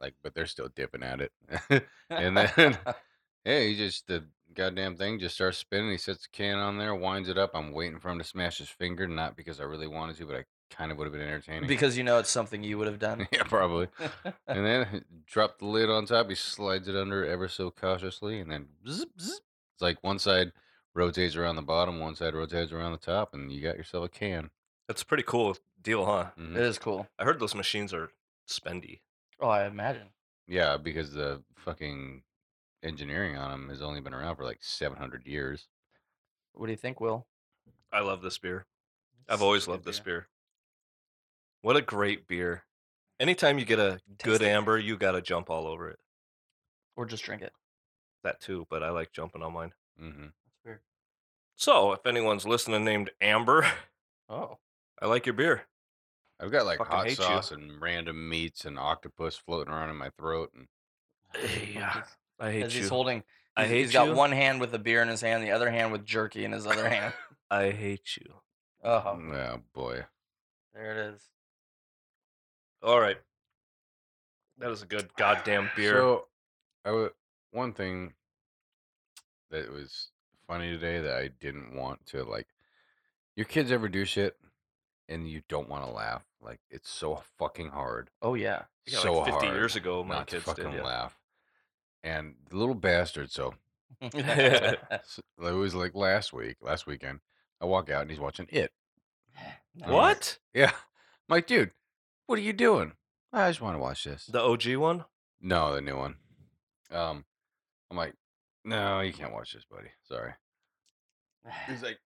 C: like, but they're still dipping at it. [laughs]
A: [laughs]
C: And then- yeah, he just the goddamn thing just starts spinning. He sets the can on there, winds it up. I'm waiting for him to smash his finger, not because I really wanted to, but I kind of would have been entertaining.
A: because you know it's something you would have
B: [laughs]
A: done.
C: [laughs] yeah, probably.
B: Mm-hmm.
C: and then [laughs] drop the lid on top. He slides it under ever so cautiously, and then zip, zip. it's like one side rotates around the bottom, one side rotates around the top, and you got yourself a can.
B: That's a pretty cool deal, huh?
A: [laughs] it
C: Mhm.
A: is cool.
B: I heard those machines are spendy.
A: Oh, I imagine.
C: Yeah, because the fucking engineering on them has only been around for like 700 years.
A: What do you think, Will?
B: I love this beer.
A: It's
B: I've always
A: good
B: loved this
A: beer.
B: beer. What a great beer. Anytime you get a good
A: Taste it.
B: amber, you got to jump all over it.
A: Or just drink it.
B: That too, but I like jumping on mine.
C: hmm
A: That's weird.
B: So, if anyone's listening named Amber, [laughs]
A: Oh,
B: I like your beer.
C: I've got like
B: Fucking
C: hot
B: hate you.
C: sauce and random meats and octopus floating around in my throat. And
B: Yeah, [laughs] I hate
A: As
B: you.
A: he's holding,
B: I
A: he's-
B: hate
A: he's got
B: you.
A: one hand with the beer in his hand, the other hand with jerky in his other hand.
B: I hate you.
A: Oh,
C: oh boy,
A: there it is.
B: All right. That is a good goddamn beer.
C: So, I w- one thing that was funny today that I didn't want to like. Your kids ever do shit, and you don't want to laugh. Like it's so fucking hard.
A: Oh [laughs] yeah.
B: yeah,
C: so
B: like 50
C: hard
B: years ago, my
C: not to
B: kids
C: fucking
B: did. Yeah.
C: laugh. And the little bastard. So s- it was like last week, last weekend. I walk out and he's watching it. I'm like,
B: What?
C: Yeah. I'm like, dude, what are you doing? I just want to watch this.
B: The OG one?
C: No, the new one. Um, I'm like, no, you can't watch this, buddy. Sorry.
A: [laughs]
C: He's like,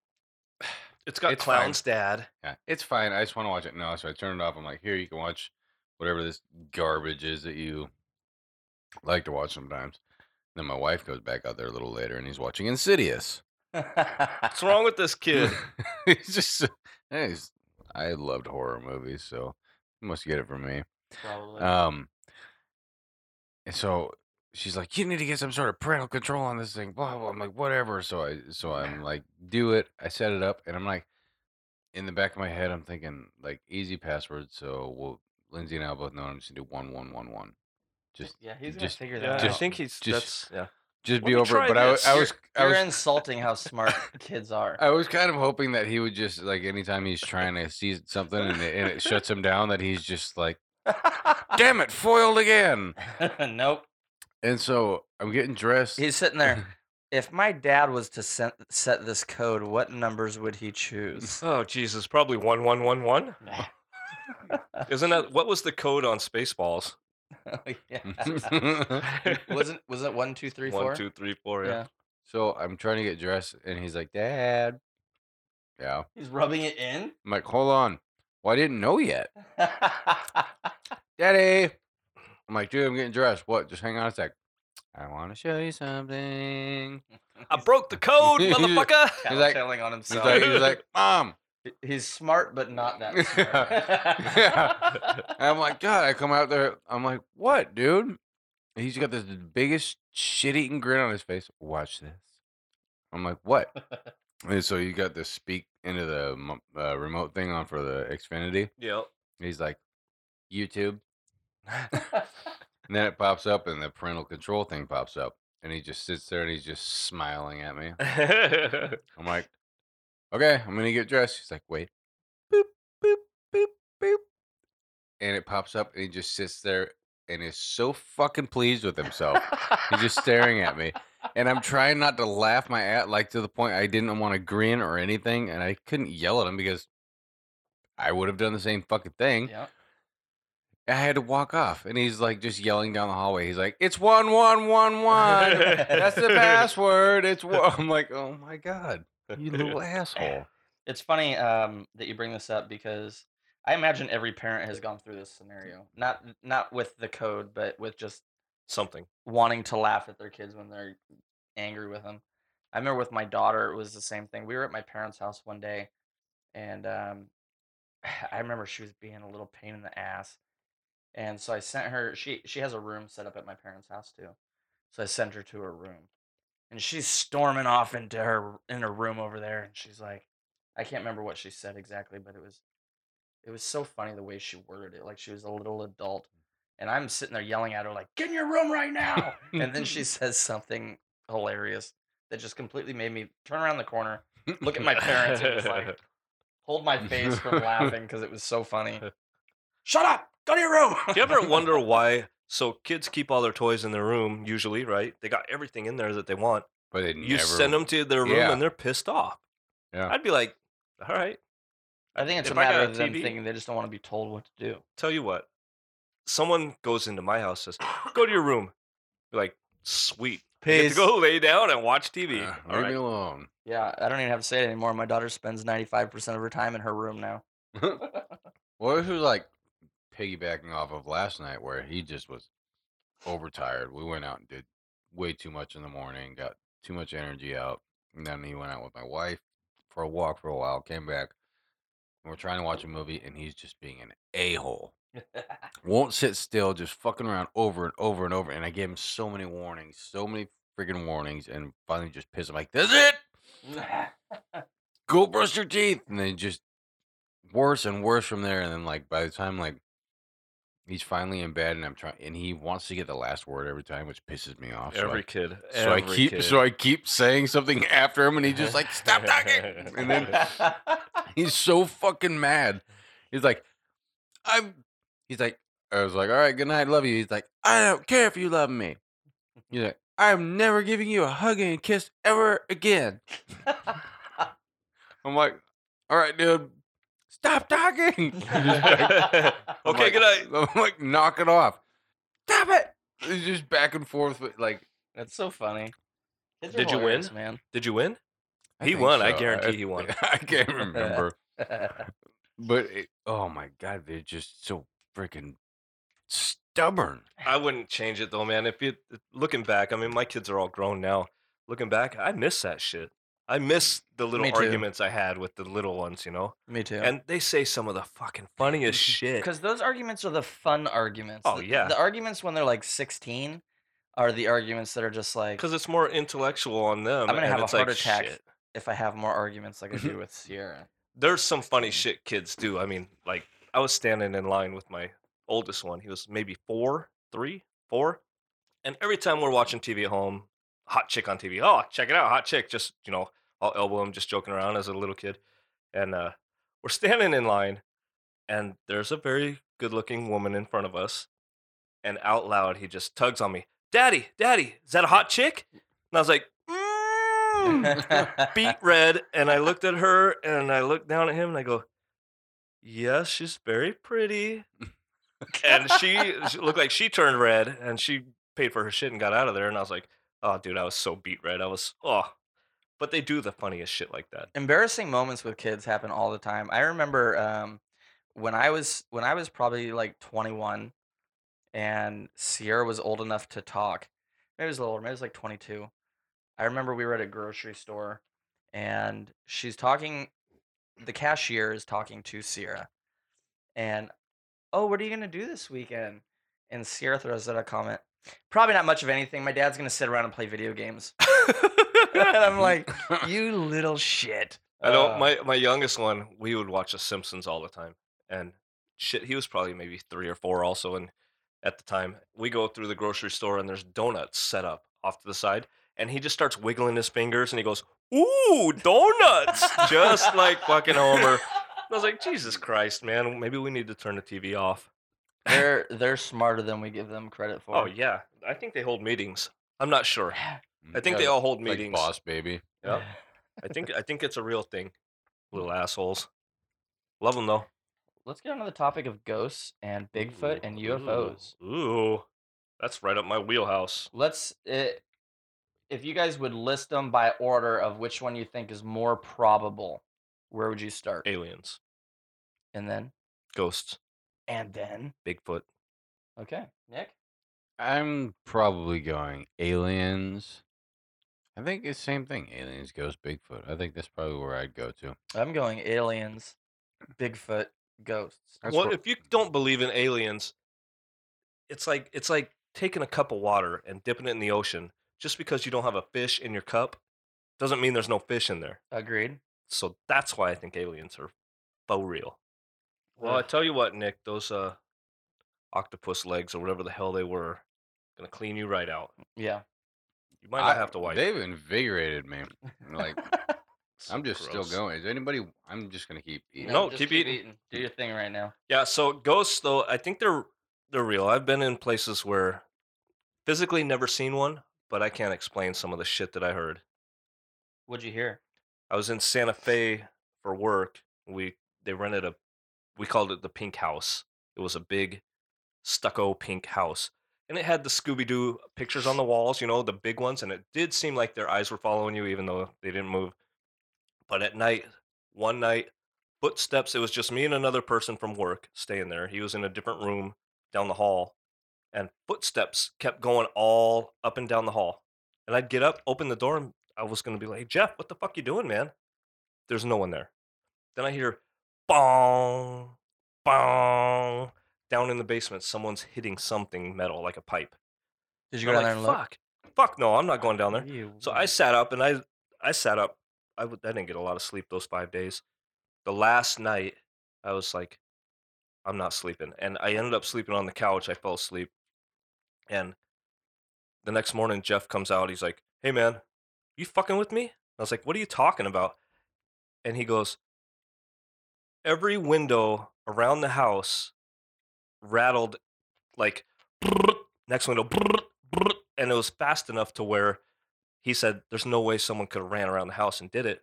B: [sighs] It's got
C: It's
B: Clown's dad.
C: yeah, it's fine. I just want to watch it. No, so I turned it off. I'm like, here, you can watch whatever this garbage is that you like to watch sometimes. Then my wife goes back out there a little later, and he's watching Insidious.
B: What's wrong [laughs] with this
C: [laughs]
B: kid?
C: he's just, so- yeah, he's, I loved horror movies, so he must get it from me.
A: Probably. [laughs]
C: Um, and so she's like, "You need to get some sort of parental control on this thing." Blah blah. I'm like, "Whatever." So I, so I'm like, "Do it." I set it up, and I'm like, in the back of my head, I'm thinking like easy password. So we'll Lindsay and I both know I'm just gonna do one one one one. Just,
A: yeah, he's
C: just-
A: gonna figure
B: Yeah,
A: that
B: I
C: just-
A: out.
B: think he's that's
C: just-
B: yeah.
C: just
B: Let
C: be
B: me
C: over
B: try
C: it. But I, wa- I
B: this.
C: was, I
A: You're
C: was,
A: insulting how smart kids are.
C: I was kind of hoping that he would just like anytime he's trying to see something and it, and it shuts him down, that he's
A: [laughs]
C: just like, [laughs] "Damn it, foiled again."
A: nope.
C: And so I'm getting dressed.
A: He's sitting
C: [laughs]
A: there. If my dad was to set, set this code, what numbers would he choose? [laughs]
B: [laughs] Oh Jesus, probably one one one one. Isn't that what was the code on Spaceballs?
A: yeah.
C: [laughs]
A: Wasn't was it one, two, three, four?
B: One two three four. Yeah.
A: Yeah.
C: So I'm trying to get dressed, and he's like, "Dad." Yeah.
A: He's rubbing it in. [laughs]
C: I'm like, "Hold on. Well, I didn't know yet, Daddy." I'm like, "Dude, I'm getting dressed. What? Just hang on a sec. I want to show you something."
B: I broke the code,
C: He's- [laughs]
B: motherfucker.
A: He's
C: like-
A: telling on
C: He's
A: himself.
C: like, he's like, "Mom."
A: He- He's smart, but not that
C: [laughs] Yeah.
A: smart.
C: And I'm like, "God." I come out there. I'm like, "What, dude?" And He's got this biggest shit-eating grin on his face. Watch this. I'm like, "What?" and so you got this speak into the mo- uh, remote thing on for the Xfinity.
B: Yeah.
C: He's like, YouTube. And then it pops up and the parental control thing pops up. And he just sits there and he's just smiling at me. I'm like, okay, I'm going to get dressed. He's like, wait. Boop, boop, boop, boop. And it pops up and he just sits there and is so fucking pleased with himself. He's
A: [laughs]
C: Oh, just staring at me. And I'm trying not to laugh my at like to the point I didn't want to grin or anything. And I couldn't yell at him because I would have done the same fucking thing.
A: yeah.
C: I had to walk off, and he's like just yelling down the hallway. He's like, "It's one one one one. That's [laughs]
B: [laughs]
C: the password. It's one." I'm like, "Oh my god, you [laughs] little asshole."
A: It's funny um, that you bring this up because I imagine every parent has gone through this scenario. Not not with the code, but with just
B: Something.
A: wanting to laugh at their kids when they're angry with them. I remember with my daughter, it was the same thing. We were at my parents' house one day, and um, [sighs] I remember she was being a little pain in the ass. And so I sent her. She she has a room set up at my parents' house too, so I sent her to her room, and she's storming off into her in her room over there, and she's like, I can't remember what she said exactly, but it was it was so funny the way she worded it. Like she was a little adult. And I'm sitting there yelling at her, like, get in your room right now. and then she says something
B: [laughs]
A: hilarious that just completely made me turn around the corner, look at my parents, and it's like, Hold my face from laughing because it was so funny. Shut up! Go to your room.
B: Do
A: [laughs]
B: you ever wonder why? So kids keep all their toys in their room usually, right? They got everything in there that they want.
C: But they
B: You
C: never,
B: send them to their room
C: Yeah.
B: and they're pissed off.
C: Yeah.
B: I'd be like, all right,
A: I think it's a
B: If I got
A: matter
B: a
A: of them
B: TV
A: thinking they just don't want to be told what to do.
B: tell you what. Someone goes into my house says, go to your room. You're like, sweet. You get to
A: Peace.
B: go [laughs] lay down and watch TV.
C: Uh,
B: all
C: leave
B: right.
C: me alone. [laughs]
A: Yeah, I don't even have to say it anymore. My daughter spends 95% of her time in her room
B: [laughs]
A: now. [laughs]
C: Well, this was like piggybacking off of last night where he just was overtired. We went out and did way too much in the morning, got too much energy out. And then he went out with my wife for a walk for a while, came back, and we're trying to watch a movie, and he's just being an
B: [laughs]
C: a hole. Won't sit still, just fucking around over and over and over. And I gave him so many warnings, so many freaking warnings, and finally just pissed him like, That's it! go brush your teeth and then just worse and worse from there and then like by the time like he's finally in bed and i'm trying and he wants to get the last word every time which pisses me off so
B: Every
C: I,
B: kid.
C: so I
B: every
C: keep
B: kid.
C: so i keep saying something [laughs] after him and he's just like stop talking and then
B: [laughs]
C: he's so fucking mad he's like i'm he's like i was like all right good night love you he's like i don't care if you love me he's like i'm never giving you a hug and a kiss ever again I'm like, all right, dude,
B: [laughs]
C: stop talking. [laughs] I'm
B: Okay,
C: like-
B: good night.
C: [laughs] I'm like, knock it off. Stop it. It's just back and forth. With, like,
A: That's so funny. Kids are
B: Did you win?
A: hilarious, man?
B: Did you win? He
C: think
B: won, I
C: [laughs]
B: guarantee he won.
C: I can't
B: [laughs]
C: remember. but, it, oh my God, they're just so freaking
B: [laughs]
C: stubborn.
B: I wouldn't change it though, man. If you looking back, I mean, my kids are all grown now. Looking back, I miss that shit. I miss the little
A: Me too.
B: arguments I had with the little ones, you know.
A: [laughs] Me too.
B: And they say some of the fucking
C: [laughs]
B: funniest shit.
A: Because those arguments are the fun arguments.
B: Eh, Oh,
A: The-
B: yeah.
A: The arguments when they're like 16 are the arguments that are just like,
B: Because it's more intellectual on them.
A: I'm gonna
B: and
A: have a
B: it's like,
A: heart attack.
B: shit.
A: if I have more arguments like I
B: [laughs]
A: do with Sierra.
B: There's some funny shit kids do. I mean, like I was standing in line with my oldest one. He was maybe four, three, four, and every time we're watching TV at home, hot chick on TV. Oh, check it out, hot chick. Just you know, I'll elbow him, just joking around as a little kid. and uh, we're standing in line, and there's a very good-looking woman in front of us, and out loud he just tugs on me, "Daddy, Daddy, is that a hot chick?" And I was like,
A: [laughs]
B: mm, "Beat red," and I looked at her, and I looked down at him, and I go, "Yes, she's very pretty," and she, she looked like she turned red, and she paid for her shit and got out of there, and I was like, "Oh, dude, I was so beat red. I was oh." But they do the funniest shit like that.
A: embarrassing moments with kids happen all the time. I remember um, when I was when I was probably like 21, and Sierra was old enough to talk. Maybe it was a little older. Maybe it was like 22. I remember we were at a grocery store, and she's talking. The cashier is talking to Sierra, and oh, what are you gonna do this weekend? And Sierra throws out a comment. Probably not much of anything. My dad's gonna sit around and play video games. [laughs] and
C: [laughs]
A: I'm like, you little shit.
B: I know
A: Uh,
B: my my youngest one, we would watch The Simpsons all the time, and shit, he was probably maybe three or four also, and at the time we go through the grocery store and there's donuts set up off to the side, and he just starts wiggling his fingers and he goes, "Ooh, donuts!" just [laughs] like fucking Homer. I was like, Jesus Christ, man, maybe we need to turn the TV off.
A: [laughs] They're they're smarter than we give them credit for.
B: Oh yeah, I think they hold meetings. I'm not sure.
A: [sighs]
B: I think they
C: Yeah,
B: all hold
C: like
B: meetings.
C: boss baby.
B: Yep. I think I think it's a real thing. Little assholes. Love them though.
A: Let's get onto the topic of ghosts and Bigfoot and UFOs.
B: Ooh, Mm. ooh, that's right up my wheelhouse.
A: Let's it, if you guys would list them by order of which one you think is more probable, where would you start?
B: Aliens,
A: And then
B: ghosts,
A: and then
B: Bigfoot.
A: okay, Nick.
C: I'm probably going aliens. I think it's same thing. Aliens goes Bigfoot. I think that's probably where I'd go to.
A: I'm going aliens, Bigfoot, ghosts.
C: That's
B: well,
C: where-
B: if you don't believe in aliens, it's like it's like taking a cup of water and dipping it in the ocean. Just because you don't have a fish in your cup doesn't mean there's no fish in there.
A: Agreed.
B: So that's why I think aliens are faux real. Well, I
A: Ugh.
B: tell you what, Nick, those uh, octopus legs or whatever the hell they were, gonna clean you right out.
A: Yeah. [laughs]
B: You might not
C: I-
B: have to wipe. [laughs]
C: They've invigorated me. Like
B: So
C: I'm just
B: gross.
C: still going. Is anybody? I'm just gonna keep eating.
B: No,
A: just
B: keep eating.
A: Do your thing right now.
B: Yeah, so ghosts though, I think they're they're real. I've been in places where physically never seen one, but I can't explain some of the shit that I heard.
A: What'd you hear?
B: I was in Santa Fe for work. We they rented a we called it the pink house. It was a big stucco pink house. And it had the Scooby Doo pictures on the walls, you know, the big ones, and it did seem like their eyes were following you even though they didn't move. But at night, one night, footsteps, it was just me and another person from work staying there. He was in a different room down the hall, and footsteps kept going all up and down the hall. And I'd get up, open the door, and I was gonna be like, "Hey, Jeff, what the fuck you doing, man? There's no one there. Then I hear bong, bong down in the basement. Someone's hitting something metal like a pipe.
A: Did
B: I'm like, fuck, fuck no, I'm not going down there.
A: You
B: So I sat up and I I sat up. I w- I didn't get a lot of sleep those five days. The last night I was like, I'm not sleeping, and I ended up sleeping on the couch. I fell asleep, and the next morning Jeff comes out. He's like, Hey man, you fucking with me? I was like, What are you talking about? And he goes, Every window around the house rattled like next window and it was fast enough to where he said, "There's no way someone could have ran around the house and did it."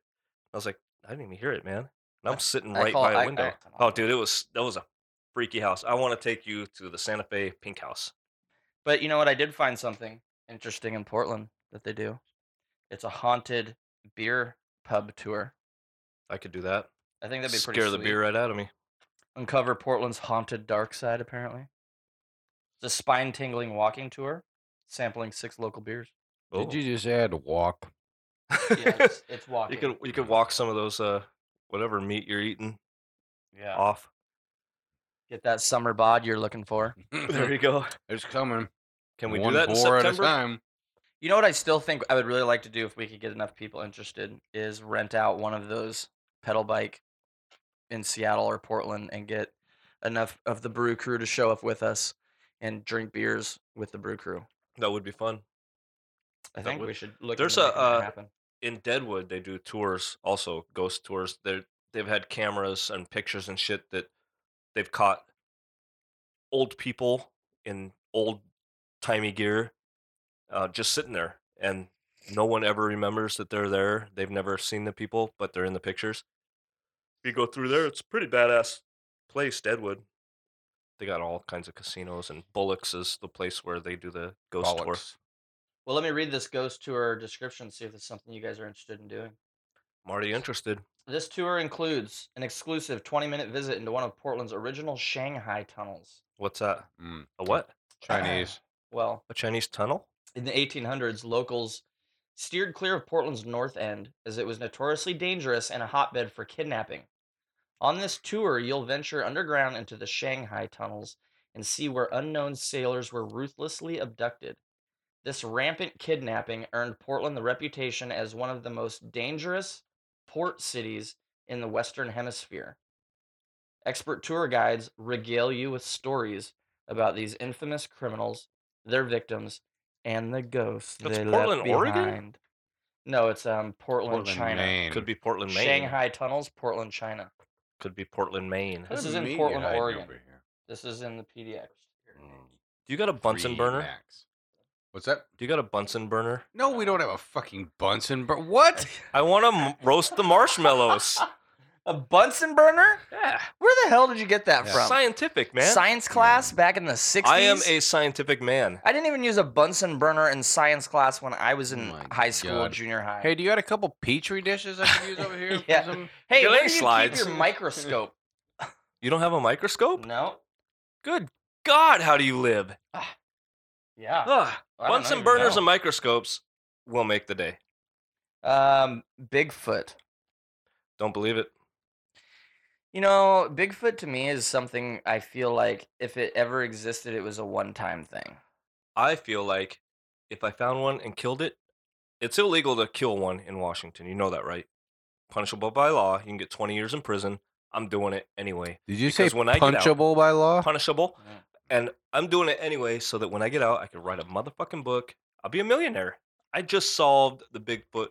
B: I was like, "I didn't even hear it, man." And I'm sitting
A: I
B: right
A: call-
B: by a
A: I- I
B: window.
A: come
B: oh,
A: on.
B: dude, it was that was a freaky house. I want to take you to the Santa Fe Pink House.
A: But you know what? I did find something interesting in Portland that they do. It's a haunted beer pub tour.
B: I could do that.
A: I think that'd be
B: Scare
A: pretty
B: the
A: sweet.
B: beer right out of me.
A: Uncover Portland's haunted dark side, apparently. It's a spine tingling walking tour, sampling six local
B: [laughs]
A: beers.
B: Oh.
C: Did you just add walk?
B: [laughs]
A: Yeah, it's, it's
B: you
A: walking.
B: could you could walk some of those uh whatever meat you're eating
A: yeah.
B: off.
A: Get that summer bod you're looking for.
B: [laughs]
C: [laughs]
B: There you go.
C: it's coming.
B: Can we
C: One
B: do that in
C: bore at a
B: September?
C: time.
A: You know what I still think I would really like to do if we could get enough people interested is rent out one of those pedal bike in Seattle or Portland and get enough of the brew crew to show up with us and drink beers with the brew crew.
B: [laughs] That would be fun.
A: I
B: That
A: think
B: would-
A: we should look.
B: there's
A: into
B: a,
A: making that
B: uh,
A: happen.
B: in Deadwood they do tours also ghost tours they they've had cameras and pictures and shit that they've caught old people in old timey gear uh, just sitting there and no one ever remembers that they're there they've never seen the people but they're in the pictures you go through there it's a pretty badass place Deadwood they got all kinds of casinos and Bullocks is the place where they do the ghost tour
C: Bollocks.
A: Well, let me read this ghost tour description. See if it's something you guys are interested in doing.
B: I'm already interested
A: This tour includes an exclusive 20-minute visit into one of Portland's original Shanghai tunnels.
B: what's that
C: Mm,
B: a what
C: Chinese.
A: Well,
B: a Chinese tunnel
A: In the 1800s, locals steered clear of Portland's north end as it was notoriously dangerous and a hotbed for kidnapping. On this tour, you'll venture underground into the Shanghai tunnels and see where unknown sailors were ruthlessly abducted. This rampant kidnapping earned Portland the reputation as one of the most dangerous port cities in the Western Hemisphere. Expert tour guides regale you with stories about these infamous criminals, their victims, and the ghosts
B: That's
A: they
B: Portland,
A: left
B: Oregon?
A: behind. No, it's um Portland,
C: Portland,
A: China.
C: Maine.
B: could be Portland Maine
A: Shanghai tunnels, Portland, China.
B: could be Portland, Maine.
A: This
C: What
A: is
C: a
A: in
C: meat
A: Portland,
C: hiding
A: Oregon.
C: over here.
A: This is in the PDX.
C: Mm,
B: Do you got a Bunsen
C: free
B: burner?
C: Max. What's that?
B: Do you got a Bunsen burner?
C: No, we don't have a fucking Bunsen burner. What?
B: I want to m- roast the marshmallows.
A: [laughs] A Bunsen burner?
B: [laughs] yeah,
A: Where the hell did you get that
C: Yeah.
A: from?
B: scientific man.
A: Science class back in the 60s?
B: I am a scientific man.
A: I didn't even use a Bunsen burner in science class when I was in
C: My
A: high school,
C: God.
A: junior high.
C: hey, do you got a couple petri dishes I could use over
B: [laughs]
C: here? for
A: Yeah.
C: some-
A: hey
B: your
A: where
B: leg
A: do you
B: slides.
A: keep your
B: [laughs]
A: microscope?
B: You don't have a microscope?
A: no.
B: Good God, how do you live?
A: Yeah.
B: Ugh.
A: Ah, I don't
B: Bunsen
A: even
B: burners
A: know.
B: and microscopes will make the day.
A: Um, Bigfoot.
B: Don't believe it.
A: You know, Bigfoot to me is something I feel like if it ever existed, it was a one-time thing.
B: I feel like if I found one and killed it, it's illegal to kill one in Washington. You know that, right? Punishable by law. You can get 20 years in prison. I'm doing it anyway.
C: Did you
B: Because
C: say
B: when I get out-
C: punchable by law?
B: Punishable.
A: Yeah.
B: And I'm doing it anyway so that when I get out, I can write a motherfucking book. I'll be a millionaire. I just solved the Bigfoot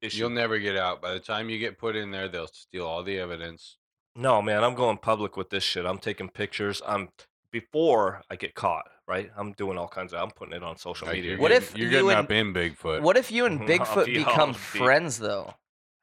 B: issue.
C: You'll never get out. By the time you get put in there, they'll steal all the evidence.
B: no, man, I'm going public with this shit. I'm taking pictures. I'm before I get caught, right? I'm doing all kinds of. I'm putting it on social
C: Like,
B: media.
C: you're
A: What
C: getting-
A: if
C: you're
A: you
C: getting
A: and-
C: up in Bigfoot?
A: What if you and
B: Mhm, [laughs] I'll
A: Bigfoot
B: be-
A: become
B: I'll be-
A: friends though?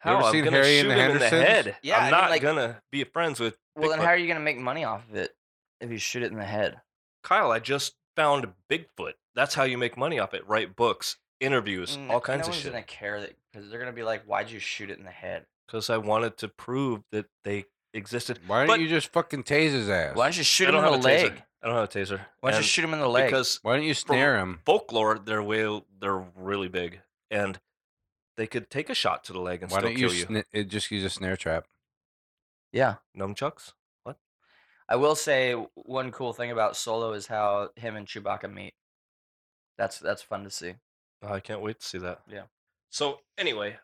C: You ever
B: How? I'm
C: seen
B: gonna
C: Harry
B: shoot
C: and the
B: him in the
C: Handersons?
B: head.
A: Yeah, I
B: I'm
A: mean,
B: not
A: like-
B: gonna be friends with
A: Well, then
B: Bigfoot.
A: how are you going to make money off of it if you shoot it in the head?
B: Kyle. I just found Bigfoot. That's how you make money off it. Write books, interviews,
A: Mm,
B: all kinds
A: no
B: of
A: one's
B: shit.
A: gonna care that because they're gonna be like, "Why'd you shoot it in the head?
B: Because I wanted to prove that they existed.
C: Why don't
B: But-
C: you just fucking tase his ass?
A: Why don't you shoot
B: I
A: him
B: don't
A: in the
B: have a taser.
A: leg?
B: I don't have a taser.
A: Why don't you
B: And
A: shoot him in the leg?"
B: Because
C: Why don't you
B: From-
C: snare him?
B: folklore, they're real, they're really big, and they could take a shot to the leg and
C: Why
B: still
C: don't you,
B: kill you.
C: sna- it just use a snare trap?
A: yeah,
B: Numchucks.
A: I will say w- one cool thing about Solo is how him and Chewbacca meet. That's that's fun to see.
B: Oh, I can't wait to see that.
A: Yeah.
B: So anyway,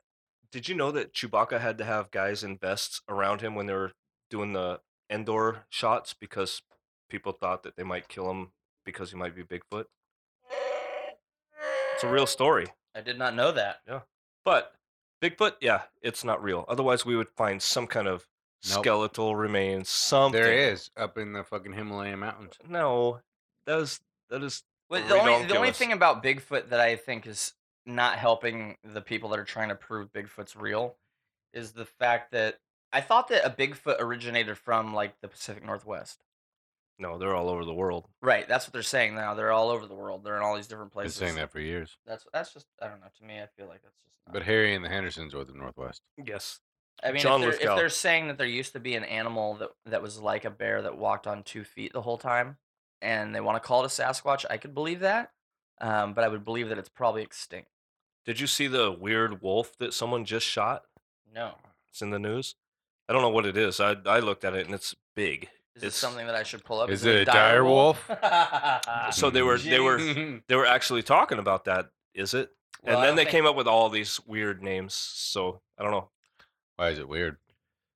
B: did you know that Chewbacca had to have guys in vests around him when they were doing the Endor shots because people thought that they might kill him because he might be Bigfoot? It's a real story.
A: I did not know that.
B: But Bigfoot, yeah, it's not real. Otherwise, we would find some kind of
C: Nope.
B: skeletal remains. Something
C: There is up in the fucking Himalayan mountains.
B: No, that is that is
A: But the
B: Really
A: only the only
B: ridiculous.
A: thing about Bigfoot that I think is not helping the people that are trying to prove Bigfoot's real is the fact that I thought that a Bigfoot originated from like the Pacific Northwest.
B: no. They're all over the world.
A: Right, that's what they're saying now. They're all over the world. They're in all these different
C: Been
A: places.
C: saying that for years.
A: That's that's just I don't know. To me, I feel like that's just.
B: Uh.
A: Not,
C: But Harry and the Hendersons were the Northwest.
B: Yes,
A: I mean, if,
B: John
A: they're,
B: Lithgow.
A: if they're saying that there used to be an animal that that was like a bear that walked on two feet the whole time, and they want to call it a Sasquatch, I could believe that. Um, but I would believe that it's probably extinct.
B: Did you see the weird wolf that someone just shot?
A: No,
B: It's in the news. I don't know what it is. I I looked at it and it's big.
A: is this
B: It's-
A: something that I should pull up?
C: Is it a dire
A: [laughs] Ah,
B: So they were they were they were actually talking about that. Is it?
A: Well, I
B: and then
A: don't
B: they
A: think-
B: came up with all these weird names. So I don't know
C: Why is it weird?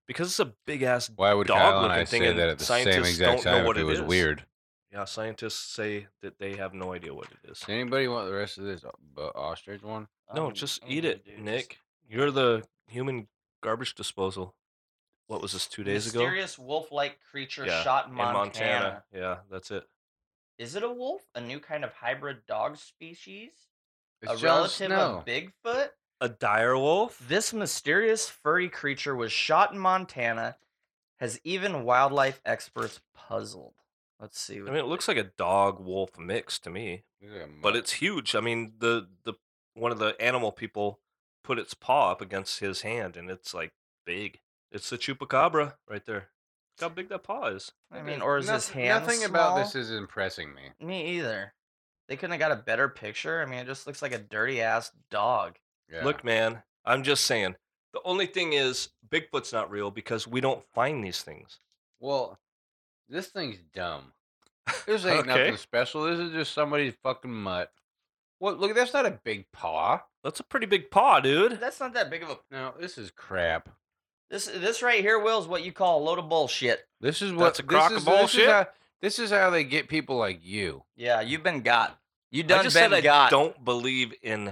B: because it's a big ass.
C: Why would
B: Dog
C: Kyle and
B: looking
C: I
B: thing
C: say
B: and
C: that at the same
B: scientists
C: exact
B: don't know
C: time
B: what
C: if it
B: it
C: was
B: is.
C: weird?
B: Yeah, scientists say that they have no idea what it is.
C: Does anybody want the rest of this o- bu- ostrich one?
B: No,
A: I'm-
B: just
A: I'm
B: eat
A: good,
B: it,
A: Um, dude. Just
B: Nick. You're the human garbage disposal. What was this two days ago?
A: Mysterious wolf-like creature
B: Yeah,
A: shot in
B: In
A: Montana.
B: Montana. Yeah, that's it.
A: Is it a wolf? A new kind of hybrid dog species?
C: It's
A: a relative
C: Snow.
A: of Bigfoot?
B: A dire wolf.
A: This mysterious furry creature was shot in Montana, has even wildlife experts puzzled. Let's see.
B: I
A: What
B: mean, it looks like a dog wolf mix to me,
C: Look at that
B: but
C: mu-
B: it's huge. I mean, the the one of the animal people put its paw up against his hand, and it's like big. It's the chupacabra right there. Look how big that paw is.
A: I
C: Look
A: mean,
C: at-
A: or is this
C: nothing-
A: hand
C: Nothing about this
A: small?
C: is impressing me.
A: me either. They couldn't have got a better picture. I mean, it just looks like a dirty ass dog.
C: Yeah.
B: Look, man, I'm just saying. The only thing is, Bigfoot's not real because we don't find these things.
C: well, this thing's [laughs] dumb. This ain't
B: Okay.
C: nothing special. This is just somebody's fucking mutt. What? Look, that's not a big paw.
B: That's a pretty big paw, dude.
A: That's not that big of a.
C: No, this is crap.
A: This this right here, Will, is what you call a load of bullshit.
C: This is what
B: That's a crock of
C: this is, This
B: bullshit?
C: is, how, this is how they get people like you.
A: Yeah, you've been got. You
B: I
A: done
B: just
A: been
B: said I
A: got.
B: don't believe in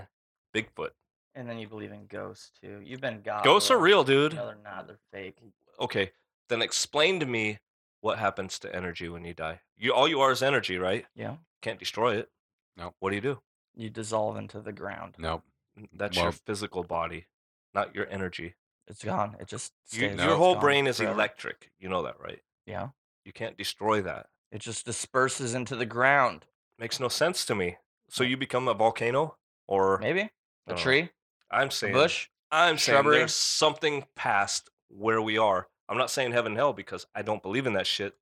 B: Bigfoot.
A: And then you believe in ghosts too. You've been got.
B: Ghosts are
A: Will.
B: real, dude.
A: No, they're not. They're fake.
B: Okay, then explain to me what happens to energy when you die. You all you are is energy, right?
A: Yeah.
B: Can't destroy it.
C: Nope.
B: What do you do?
A: You dissolve into the ground.
C: Nope.
B: N- That's your
C: Well-
B: physical body, not your energy.
A: It's gone. It just
B: You,
A: stays.
B: your
A: It's
B: whole
A: gone
B: brain is
A: forever.
B: electric. You know that, right?
A: Yeah.
B: You can't destroy that.
A: It just disperses into the ground.
B: Makes no sense to me. So you become a volcano, or Oh,
A: Maybe
B: I
A: a
B: don't know.
A: tree,
B: I'm
A: a
B: saying
A: bush.
B: I'm saying
A: Shrubbery?
B: there's something past where we are. I'm not saying heaven hell because I don't believe in that shit,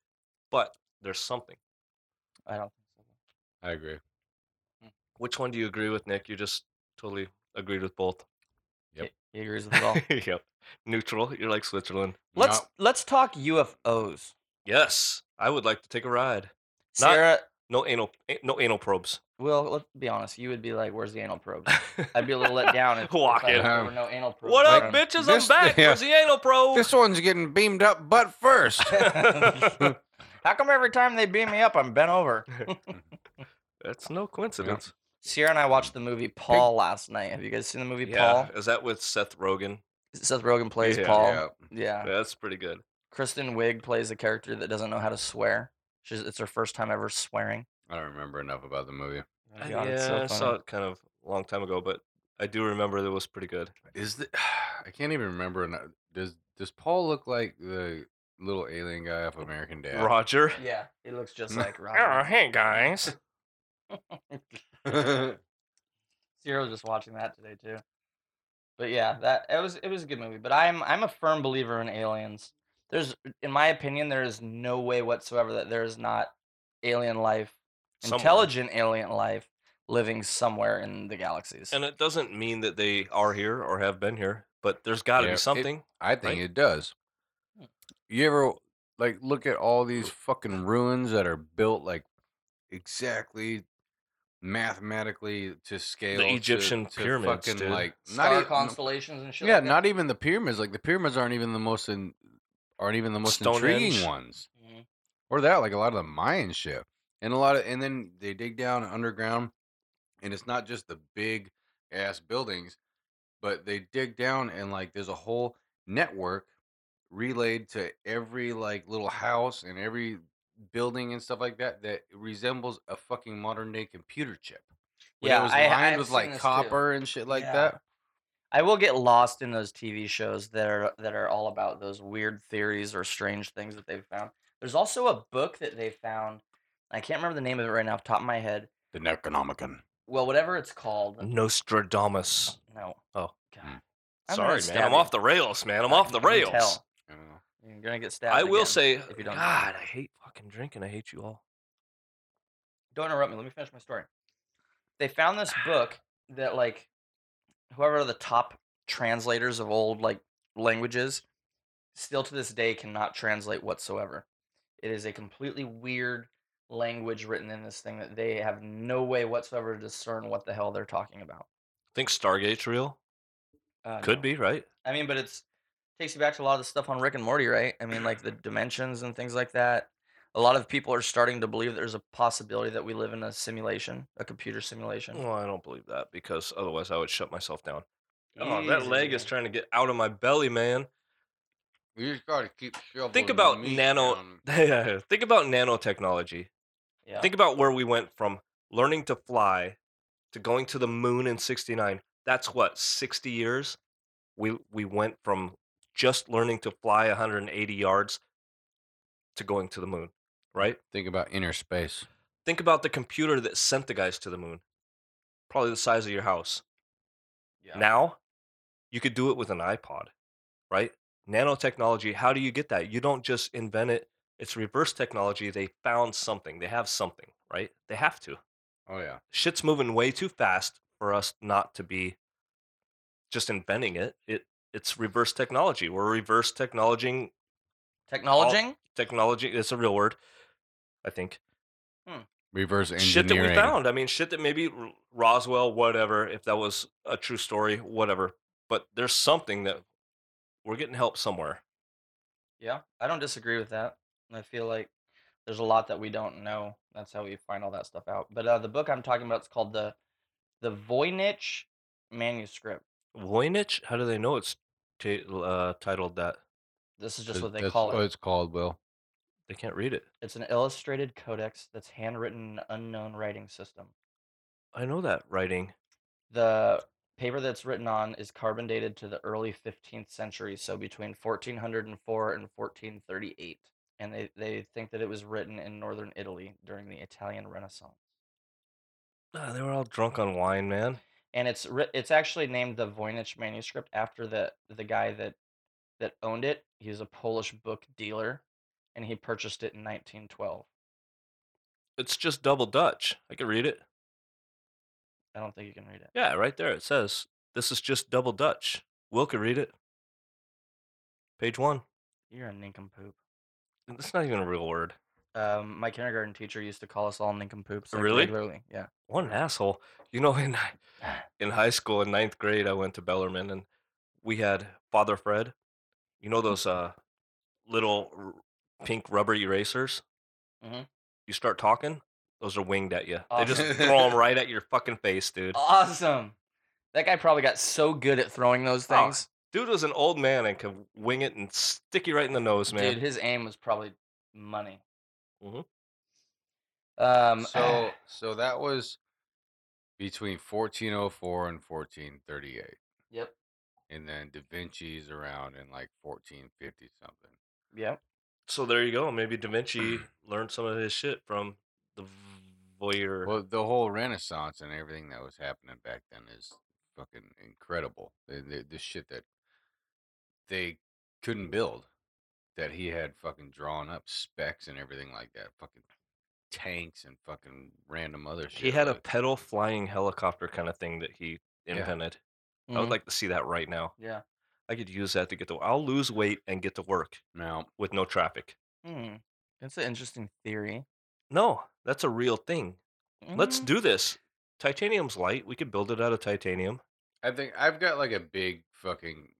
B: but there's something.
A: I don't. think
C: I agree.
B: Which one do you agree with, Nick? You just totally agreed with
A: [laughs]
B: both.
A: so.
C: Yep.
A: He, he agrees with it all.
B: [laughs] yep. Neutral. You're like Switzerland.
A: let's
C: Nope.
A: let's talk UFOs.
B: Yes, I would like to take a ride. Not-
A: Sarah,
B: No anal, a- no anal probes. [laughs]
A: Will, let's be honest. You would be like, "Where's the anal probe?" I'd be a little let down if,
B: [laughs]
A: if
B: Walk
A: I
B: in.
A: knew there were no anal probes.
B: what up,
A: around.
B: bitches?
C: This-
A: [laughs]
B: I'm back.
C: yeah.
B: Where's the anal probe? [laughs]
C: This one's getting beamed up butt first.
A: [laughs] How come every time they beam me up, I'm bent over?
B: That's no coincidence.
A: Sierra and I watched the movie Paul last night. Have you guys seen the movie
B: Yeah,
A: Paul?
B: is that with Seth Rogen?
A: Seth Rogen plays
B: Yeah.
A: Paul.
C: Yeah.
A: Yeah.
B: That's pretty good.
A: Kristen Wiig plays a character that doesn't know how to swear. She's, it's her first time ever swearing.
C: I don't remember enough about the movie.
A: Oh my
B: I-
A: God,
B: Uh, yeah,
A: it's so
B: I saw
A: funny.
B: it kind of a long time ago, but I do remember that it was pretty good.
C: Is the [sighs] I can't even remember. eno- Does does Paul look like the little alien guy off American Dad?
B: Roger.
A: Yeah, he [laughs] looks just
C: No.
A: like Roger.
B: Oh, hey guys.
A: Sierra was just watching that today too. But yeah, that it was it was a good movie. But I'm I'm a firm believer in aliens. There's in my opinion, there is no way whatsoever that there is not alien life,
B: Somewhere.
A: intelligent alien life living somewhere in the galaxies.
B: [laughs] And it doesn't mean that they are here or have been here, but there's got to
C: Yeah,
B: be
C: it-
B: something.
C: I think
B: Right?
C: it does.
B: Hmm.
C: You ever like look at all these fucking ruins that are built like exactly mathematically to scale to-
B: Egyptian
C: to
B: pyramids,
C: fucking
B: dude.
C: like
A: Star
C: e-
A: constellations and shit.
C: yeah,
A: like that?
C: not even the pyramids. Like the pyramids aren't even the most in, aren't even the most
B: Stonehenge.
C: intriguing ones.
A: Mhm.
C: Or that, like a lot of the Mayan shit, and a lot of, and then they dig down underground, and it's not just the big ass buildings, but they dig down and like there's a whole network relayed to every like little house and every building and stuff like that that resembles a fucking modern day computer chip. When
A: Yeah,
C: it was
A: I- I
C: lined
A: have
C: with
A: seen
C: like
A: this too.
C: copper and shit like
A: Yeah.
C: that.
A: I will get lost in those TV shows that are that are all about those weird theories or strange things that they've found. There's also a book that they found. I can't remember the name of it right now off the top of my head.
C: The Necronomicon.
A: Well, whatever it's called.
B: Nostradamus.
A: No.
B: Oh.
A: God. I'm gonna
B: Sorry, man.
A: stab
B: I'm
A: you.
B: off the rails, man. I'm
A: I
B: off the
A: can- I can
B: rails.
A: tell.
C: I don't know.
A: You're gonna get stabbed.
B: I will
A: again.
B: say,
A: you don't-
B: God, I hate fucking drinking. I hate you all.
A: don't interrupt me. Let me finish my story. They found this
B: [sighs]
A: book that like whoever the top translators of old like languages still to this day cannot translate whatsoever. It is a completely weird language written in this thing that they have no way whatsoever to discern what the hell they're talking about.
B: Think Stargate's real?
A: Uh,
B: Could
A: no.
B: be, right?
A: I mean, but it's takes you back to a lot of the stuff on Rick and Morty, right? I mean,
B: [clears throat]
A: like the dimensions and things like that. A lot of people are starting to believe there's a possibility that we live in a simulation, a computer simulation.
B: Well, I don't believe that because otherwise I would shut myself down. Oh, that leg is
A: Easily.
B: trying to get out of my belly, man. [laughs]
C: You just gotta keep shoveling.
B: Think
C: the
B: about
C: meat
B: nano.
C: down.
B: Yeah, Think about nanotechnology.
A: Yeah.
B: Think about where we went from learning to fly to going to the moon in 69. That's what 60 years. We we went from just learning to fly 180 yards to going to the moon, right?
C: Think about inner space.
B: Think about the computer that sent the guys to the moon. Probably the size of your house.
A: Yeah.
B: Now, you could do it with an iPod, right? Nanotechnology, how do you get that? You don't just invent it. It's reverse technology. They found something. They have something, right? They have to.
C: Oh yeah.
B: Shit's moving way too fast for us not to be just inventing it. It it's reverse technology. We're reverse technologing
A: Technologing?
B: technology. It's a real word, I think
C: Reverse
B: shit
C: engineering.
B: that we found. I mean, shit that maybe R- Roswell, whatever, if that was a true story, whatever. But there's something that we're getting help somewhere.
A: Yeah. I don't disagree with that. And I feel like there's a lot that we don't know. That's how we find all that stuff out. But uh, the book I'm talking about is called the the Voynich manuscript.
B: Voynich, how do they know it's ta- uh, titled that?
A: This is just
C: That-
A: what they
C: that's
A: call
C: What
A: it.
C: it's called, Will.
B: They can't read it.
A: It's an illustrated codex that's handwritten, in an unknown writing system.
B: I know that writing.
A: the paper that's written on is carbon dated to the early 15th century so between 1404 and 1438 and they, they think that it was written in northern italy during the italian renaissance
B: Ah, they were all drunk on wine, man.
A: and it's writ it's actually named the voynich manuscript after the the guy that that owned it he was a polish book dealer and he purchased it in 1912
B: It's just double Dutch. I can read it.
A: i don't think you can read it
B: Yeah, right there. It says this is just double Dutch. Will could read it. Page one.
A: you're a nincompoop
B: That's not even a real word.
A: um, my kindergarten teacher used to call us all nincompoops like,
B: Really?
A: regularly yeah
B: what an asshole. You know, [laughs] in hi- in high school in ninth grade, I went to Bellarmine and we had Father Fred. You know those uh, little r- pink rubber erasers.
A: Mhm.
B: You start talking, Those are winged at you. They
A: Oh.
B: just throw them right at your fucking face, dude.
A: Awesome. That guy probably got so good at throwing those
B: Oh,
A: things.
B: Dude was an old man and could wing it and stick you right in the nose, man.
A: Dude, his aim was probably money.
B: Mhm.
A: Um,
C: So
B: [sighs]
C: so that was between 1404 and 1438,
A: yep,
C: and then Da Vinci's around in like 1450 something.
A: yep.
B: So there you go. Maybe Da Vinci learned some of his shit from the voyeur.
C: Well, the whole Renaissance and everything that was happening back then is fucking incredible. The, the, the shit that they couldn't build, that he had fucking drawn up specs and everything like that. Fucking tanks and fucking random other shit.
B: he had a
C: with-
B: pedal flying helicopter kind of thing that he
C: Yeah.
B: invented. I would
A: Mhm.
B: like to see that right now.
A: mm-hmm, yeah.
B: I could use that to get to. I'll lose weight and get to work
C: Now,
B: with no traffic.
A: Hmm. That's an interesting theory.
B: No, that's a real thing. Let's
A: Mm,
B: do this. Titanium's light. We could build it out of titanium.
C: I think I've got like a big fucking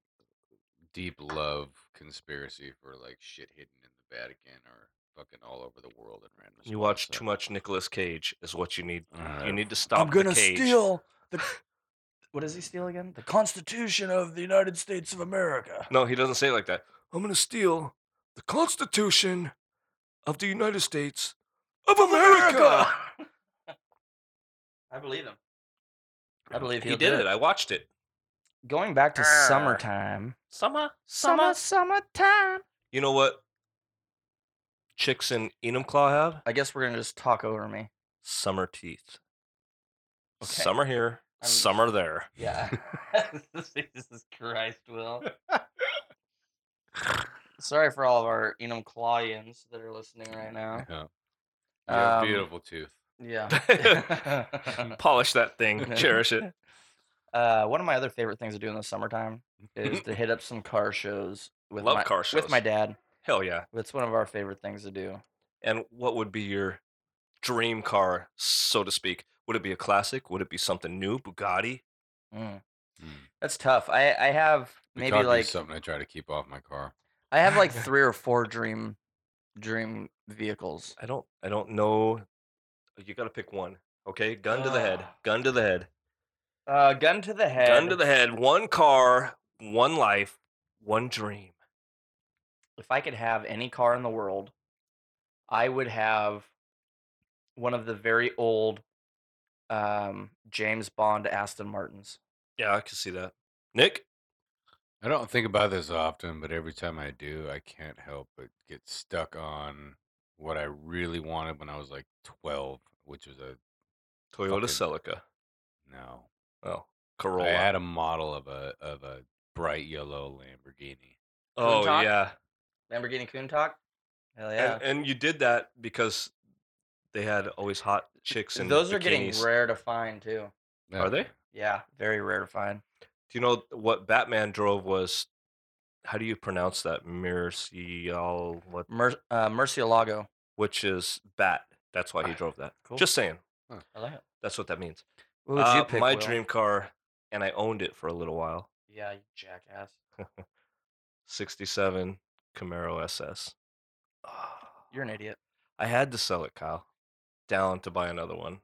C: deep love conspiracy for like shit hidden in the Vatican or fucking all over the world and random.
B: You watch too
C: [laughs]
B: much Nicolas Cage is what you need. You
C: Uh,
B: need to stop.
A: I'm gonna
B: the cage.
A: steal the. What does he steal again? The Constitution of the United States of America.
B: No, he doesn't say it like that. I'm gonna steal the Constitution of the United States
A: [laughs]
B: of America.
A: I believe him. I believe
B: He did it. I watched it.
A: Going back to
B: Arr.
A: summertime.
B: Summer,
A: summertime.
B: You know what? Chicks in Enumclaw have
A: I guess we're gonna just talk over me.
B: summer teeth.
A: Okay.
B: Some are here,
A: I'm-
B: some are there. [laughs]
A: Yeah. [laughs] Jesus Christ, Will. Sorry for all of our Enumclawians that are listening right now.
C: Yeah. You have
A: Um,
C: beautiful tooth.
B: [laughs]
A: [laughs] Yeah.
B: Polish that thing, cherish it.
A: [laughs] Uh, one of my other favorite things to do in the summertime
B: [laughs]
A: is to hit up some car shows with
B: Love
A: my,
B: car
A: with my
B: shows.
A: dad.
B: Hell yeah.
A: That's one of our favorite things to do.
B: And what would be your dream car, so to speak? Would it be a classic? Would it be something new? Bugatti?
A: Mm.
C: Mm.
A: That's tough. I I have
C: We
A: maybe
C: talked about
A: like
C: something I try to keep off my car.
A: I have
B: [laughs]
A: like three or four dream dream vehicles.
B: I don't I don't know. You gotta pick one. Okay? Gun to the head.
A: Ah.
B: Gun to the head.
A: Uh, gun to the head.
B: Gun to the head. One car, one life, one dream.
A: if I could have any car in the world, I would have one of the very old um, James Bond Aston Martins.
B: Yeah, I can see that. Nick?
C: I don't think about this often, but every time I do, I can't help but get stuck on what I really wanted when I was like 12, which was a
B: Toyota
C: Fucking-
B: Celica.
C: no.
B: Oh, Corolla.
C: I had a model of a of a bright yellow Lamborghini.
B: oh,
A: Countach?
B: yeah.
A: Lamborghini Countach. Hell yeah!
B: And, and you did that because they had always hot chicks and
A: Those are getting
B: bikinis.
A: rare to find too.
B: Are they?
A: Yeah, very rare to find.
B: Do you know what Batman drove was? How do you pronounce that? Mircial, what?
A: Mer- uh, Murcielago.
B: Which is bat. That's why he
A: Ah,
B: drove that.
A: cool.
B: Just saying.
A: I like it.
B: That's what that means.
A: What would you
B: Uh,
A: pick?
B: my
A: Will?
B: dream car, and I owned it for a little while.
A: Yeah, you jackass.
B: 67 Camaro SS.
A: You're an idiot.
B: I had to sell it, Kyle. Down to buy another one.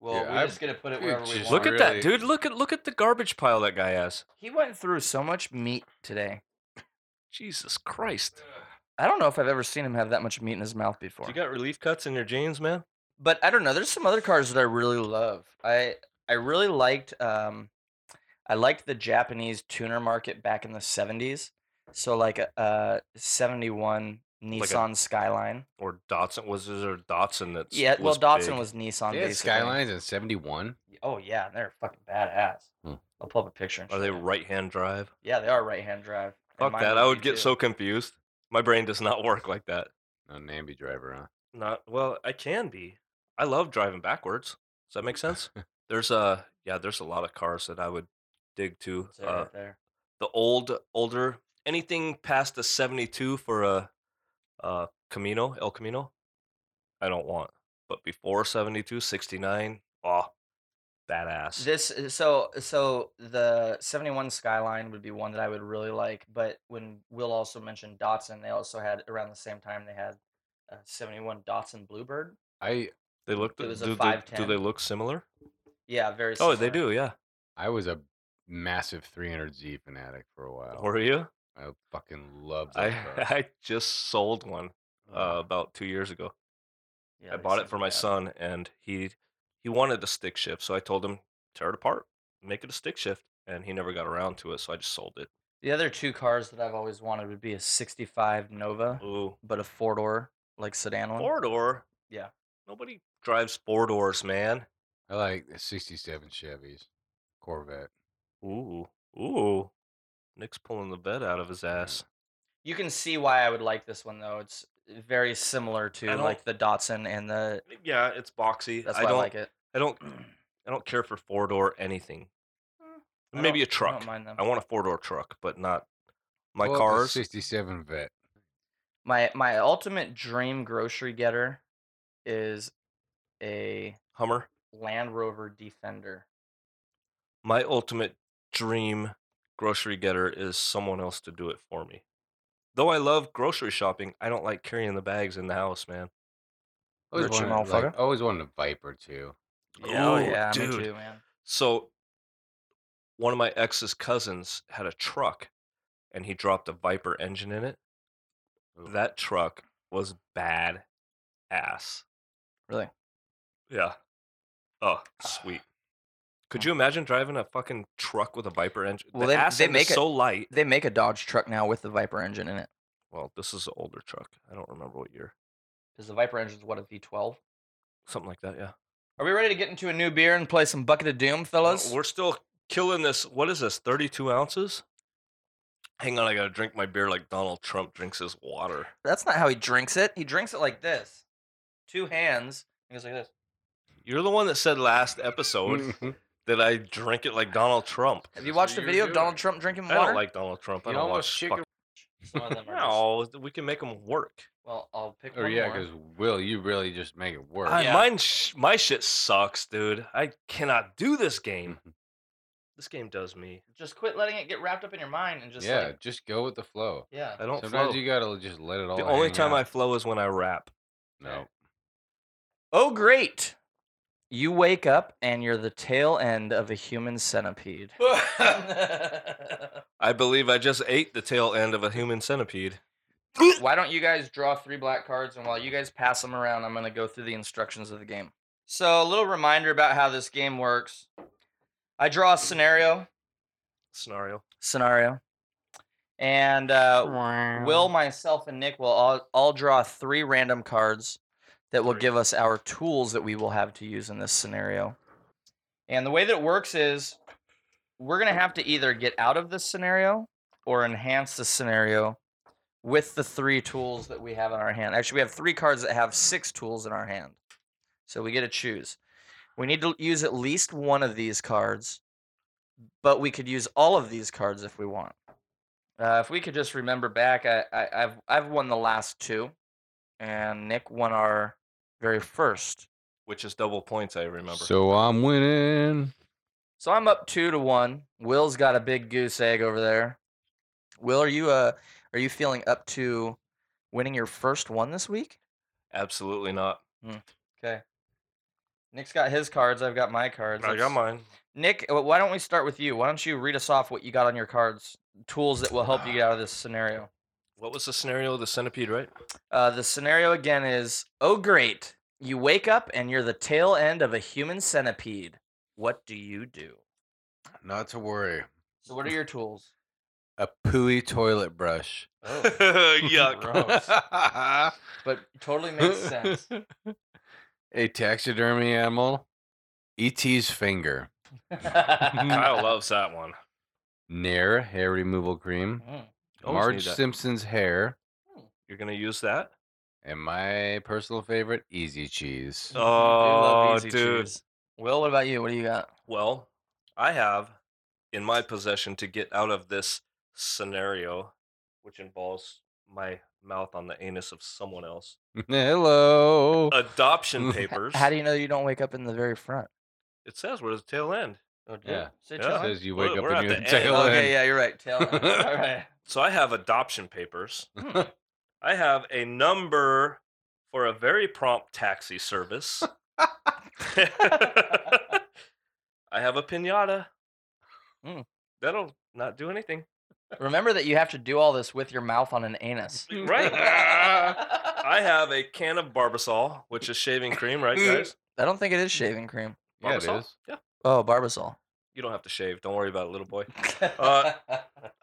A: Well,
C: Yeah,
A: we're
C: I-
A: just gonna put it
C: dude,
A: wherever we
C: just
A: want.
B: Look at that,
C: Really?
B: dude. Look at look at the garbage pile that guy has.
A: He went through so much meat today.
B: Jesus Christ.
A: I don't know if I've ever seen him have that much meat in his mouth before.
B: You got relief cuts in your jeans, man?
A: but I don't know. There's some other cars that I really love. I I really liked um, I liked the Japanese tuner market back in the '70s. So like a, a '71
B: a-
A: Nissan Skyline.
B: Or Datsun was there a Datsun that's
A: Yeah, well, Datsun
B: big?
A: was Nissan.
C: They had
A: basically.
C: Skylines in 71.
A: Oh yeah, they're fucking badass.
C: Hmm.
A: I'll pull up a picture. and
B: Are
A: show
B: they
A: you.
B: right hand drive?
A: Yeah, they are right-hand drive. and
B: Fuck
A: mine
B: that.
A: will
B: I
A: be
B: would get
A: too.
B: so confused. My brain does not [laughs] work like that.
C: No Nambi driver, huh?
B: Not well, I can be. I love driving backwards. Does that
A: [laughs]
B: make sense? there's a yeah, there's a lot of cars that I would dig to.
A: It's
B: Uh,
A: right there.
B: the old older anything past the 72 for a uh camino el camino i don't want but before 72 69 oh badass
A: This is- so so the 71 Skyline would be one that I would really like, but when Will also mentioned Datsun, they also had around the same time they had a 71 Datsun uh, Bluebird.
C: I
B: They look.
A: It was a
B: do, they, do
A: 5'10".
B: they look similar?
A: Yeah, very.
B: Oh, they
A: similar.
B: do. Yeah.
C: I was a massive 300Z fanatic for a
A: Oh.
C: while.
B: Were you?
C: I fucking loved
B: I
C: that car.
B: I [laughs] just sold one uh, about two years ago.
A: Yeah,
B: I
A: they
B: bought it
A: suck
B: for my
A: bad.
B: son, and he he wanted a stick shift, so I told him tear it apart, make it a stick shift, and he never got around to it, so I just sold it.
A: The other two cars that I've always wanted would be a '65 Nova,
B: Ooh,
A: but a four door like sedan one.
B: four door.
A: Yeah.
B: nobody drives four doors, man.
C: I like the 67 Chevys, Corvette.
B: Ooh, ooh. Nick's pulling the bed out of his ass.
A: You can see why I would like this one though. It's very similar to
B: don't-
A: like the Datsun and the.
B: Yeah, it's boxy.
A: That's
B: I
A: why I,
B: don't.
A: like it.
B: I [clears throat] don't. I don't care for four door anything.
A: I
B: Mm. Maybe a
A: don't- I
B: truck.
A: don't mind them.
B: I want a four door truck, but not my
C: Well, the
B: cars.
C: 67 Vet.
A: my my ultimate dream grocery getter is a
B: Hummer.
A: Land Rover Defender.
B: My ultimate dream grocery getter is someone else to do it for me. Though I love grocery shopping, I don't like carrying the bags in the house, man.
C: Always
A: Richie
C: wanted, like,
A: motherfucker.
C: I always wanted a Viper too.
A: oh
B: Ooh,
A: yeah,
B: dude.
A: me too, man.
B: So, one of my ex's cousins had a truck and he dropped a Viper engine in it.
C: Ooh.
B: That truck was bad ass.
A: Really?
B: Yeah. Oh, sweet. Could you imagine driving a fucking truck with a Viper engine?
A: Well,
B: the
A: they-
B: ass
A: they
B: end is
A: make it-
B: so light.
A: They make a Dodge truck now with the Viper engine in it.
B: Well, this is an older truck. I don't remember what year.
A: Because the Viper engine's what a V12.
B: Something like that, yeah.
A: Are we ready to get into a new beer and play some Bucket of Doom,
B: Uh,
A: fellas?
B: We're still killing this. What is this? 32 ounces? Hang on, I gotta drink my beer like Donald Trump drinks his water.
A: That's not how he drinks it. He drinks it like this, two hands. He goes like this.
B: You're the one that said last episode [laughs]
C: [laughs] you
B: that I drink it like Donald Trump.
A: Have you
C: That's what
A: watched a
C: you
A: video of Donald
C: do.
A: Trump drinking
B: I
A: water?
B: don't like Donald Trump. I don't
C: almost
B: watch
C: chicken.
B: fuck-
A: Some
B: [laughs]
A: of them are just-
B: No, Oh, we can make him work.
A: Well, I'll pick
C: Or
A: one
C: Oh, yeah,
A: more.
C: because Will, you really just make it work.
B: I-
A: Yeah.
B: Mine, sh- my shit sucks, dude. I cannot do this game.
C: Mm-hmm.
B: This game does me.
A: just quit letting it get wrapped up in your mind and just
C: yeah,
A: like,
C: just go with the flow.
A: yeah.
B: I don't.
C: Sometimes
B: flow.
C: you gotta just let it all.
B: the only
C: hang
B: time I [laughs]
C: out.
B: flow is when I
C: [laughs]
B: rap.
C: no.
A: Oh, great. You wake up and you're the tail end of a human centipede. Why
B: I believe I just ate the tail end of a human centipede.
A: don't you guys draw three black cards and while you guys pass them around, I'm going to go through the instructions of the game. So, a little reminder about how this game works. I draw a scenario,
B: Scenario.
A: scenario. And uh, Will, myself, and Nick will all, all draw three random cards that will
B: Three.
A: give us our tools that we will have to use in this scenario. And the way that it works is we're going to have to either get out of this scenario or enhance the scenario with the three tools that we have in our hand. Actually, we have three cards that have six tools in our hand. So we get to choose. We need to use at least one of these cards, but we could use all of these cards if we want. Uh, if we could just remember back, I, I, I've I've won the last two, and Nick won our very first.
B: which is double points. I remember.
A: uh,
C: So I'm winning.
A: So I'm up two to one. Will's got a big goose egg over there. Will, are you uh are you feeling up to winning your first one this week?
B: Absolutely not.
A: Okay. Nick's got his cards. I've got my cards.
B: I got
A: Let's-
B: mine.
A: Nick, uh, why don't we start with you? Why don't you read us off what you got on your cards? Tools that will help
B: Ah.
A: you get out of this scenario.
B: What was the scenario? of The centipede, right?
A: Uh, the scenario again is oh, great. You wake up and you're the tail end of a human centipede. What do you do?
C: Not to worry.
A: So, what are your tools?
C: A pooey toilet brush.
B: Oh. [laughs]
C: [laughs]
A: Gross. [laughs] But totally makes
C: [laughs]
A: sense. [laughs]
C: Mm-hmm. A taxidermy animal. E.T.'s finger.
A: Mm,
B: Kyle loves that one.
C: Nair hair removal cream.
A: Mm.
B: Always
C: Marge
B: need that.
C: Simpson's hair.
B: You're gonna use that?
C: And my personal favorite, Easy Cheese.
A: You do love
B: Oh,
A: easy
B: dude.
A: cheese. Will, what about you? What do you got?
B: Well, I have in my possession to get out of this scenario, which involves my mouth on the anus of someone else.
C: [laughs] Hello.
B: Uh,
A: [laughs]
B: Adoption
C: H-
A: H-
B: papers.
A: How do you know you don't wake up in the very front?
B: It says where's the tail end.
A: Oh,
C: did Yeah. it?
A: Say
B: Yeah.
A: tail
B: It
A: end?
C: Says you wake
B: We're-
C: up
B: we're
C: and
B: at
C: you're
B: the
C: the tail
B: end.
A: Oh, Okay, [laughs]
C: end.
A: yeah, you're right. Tail
C: [laughs]
A: end. All right.
B: So I have adoption papers.
A: Hmm.
B: I have a number for a very prompt taxi service. [laughs] I have a pinata.
A: Mm.
B: That'll not do anything.
A: Remember that you have to do all this with your mouth on an anus.
C: [laughs]
B: Right. I have a can of Barbasol, which is shaving cream, right, guys?
A: I don't think it is shaving cream.
C: yeah, it
B: Barbasol?
C: is.
B: Yeah.
A: Oh, Barbasol.
B: You don't have to shave. Don't worry about it, little boy.
C: Uh,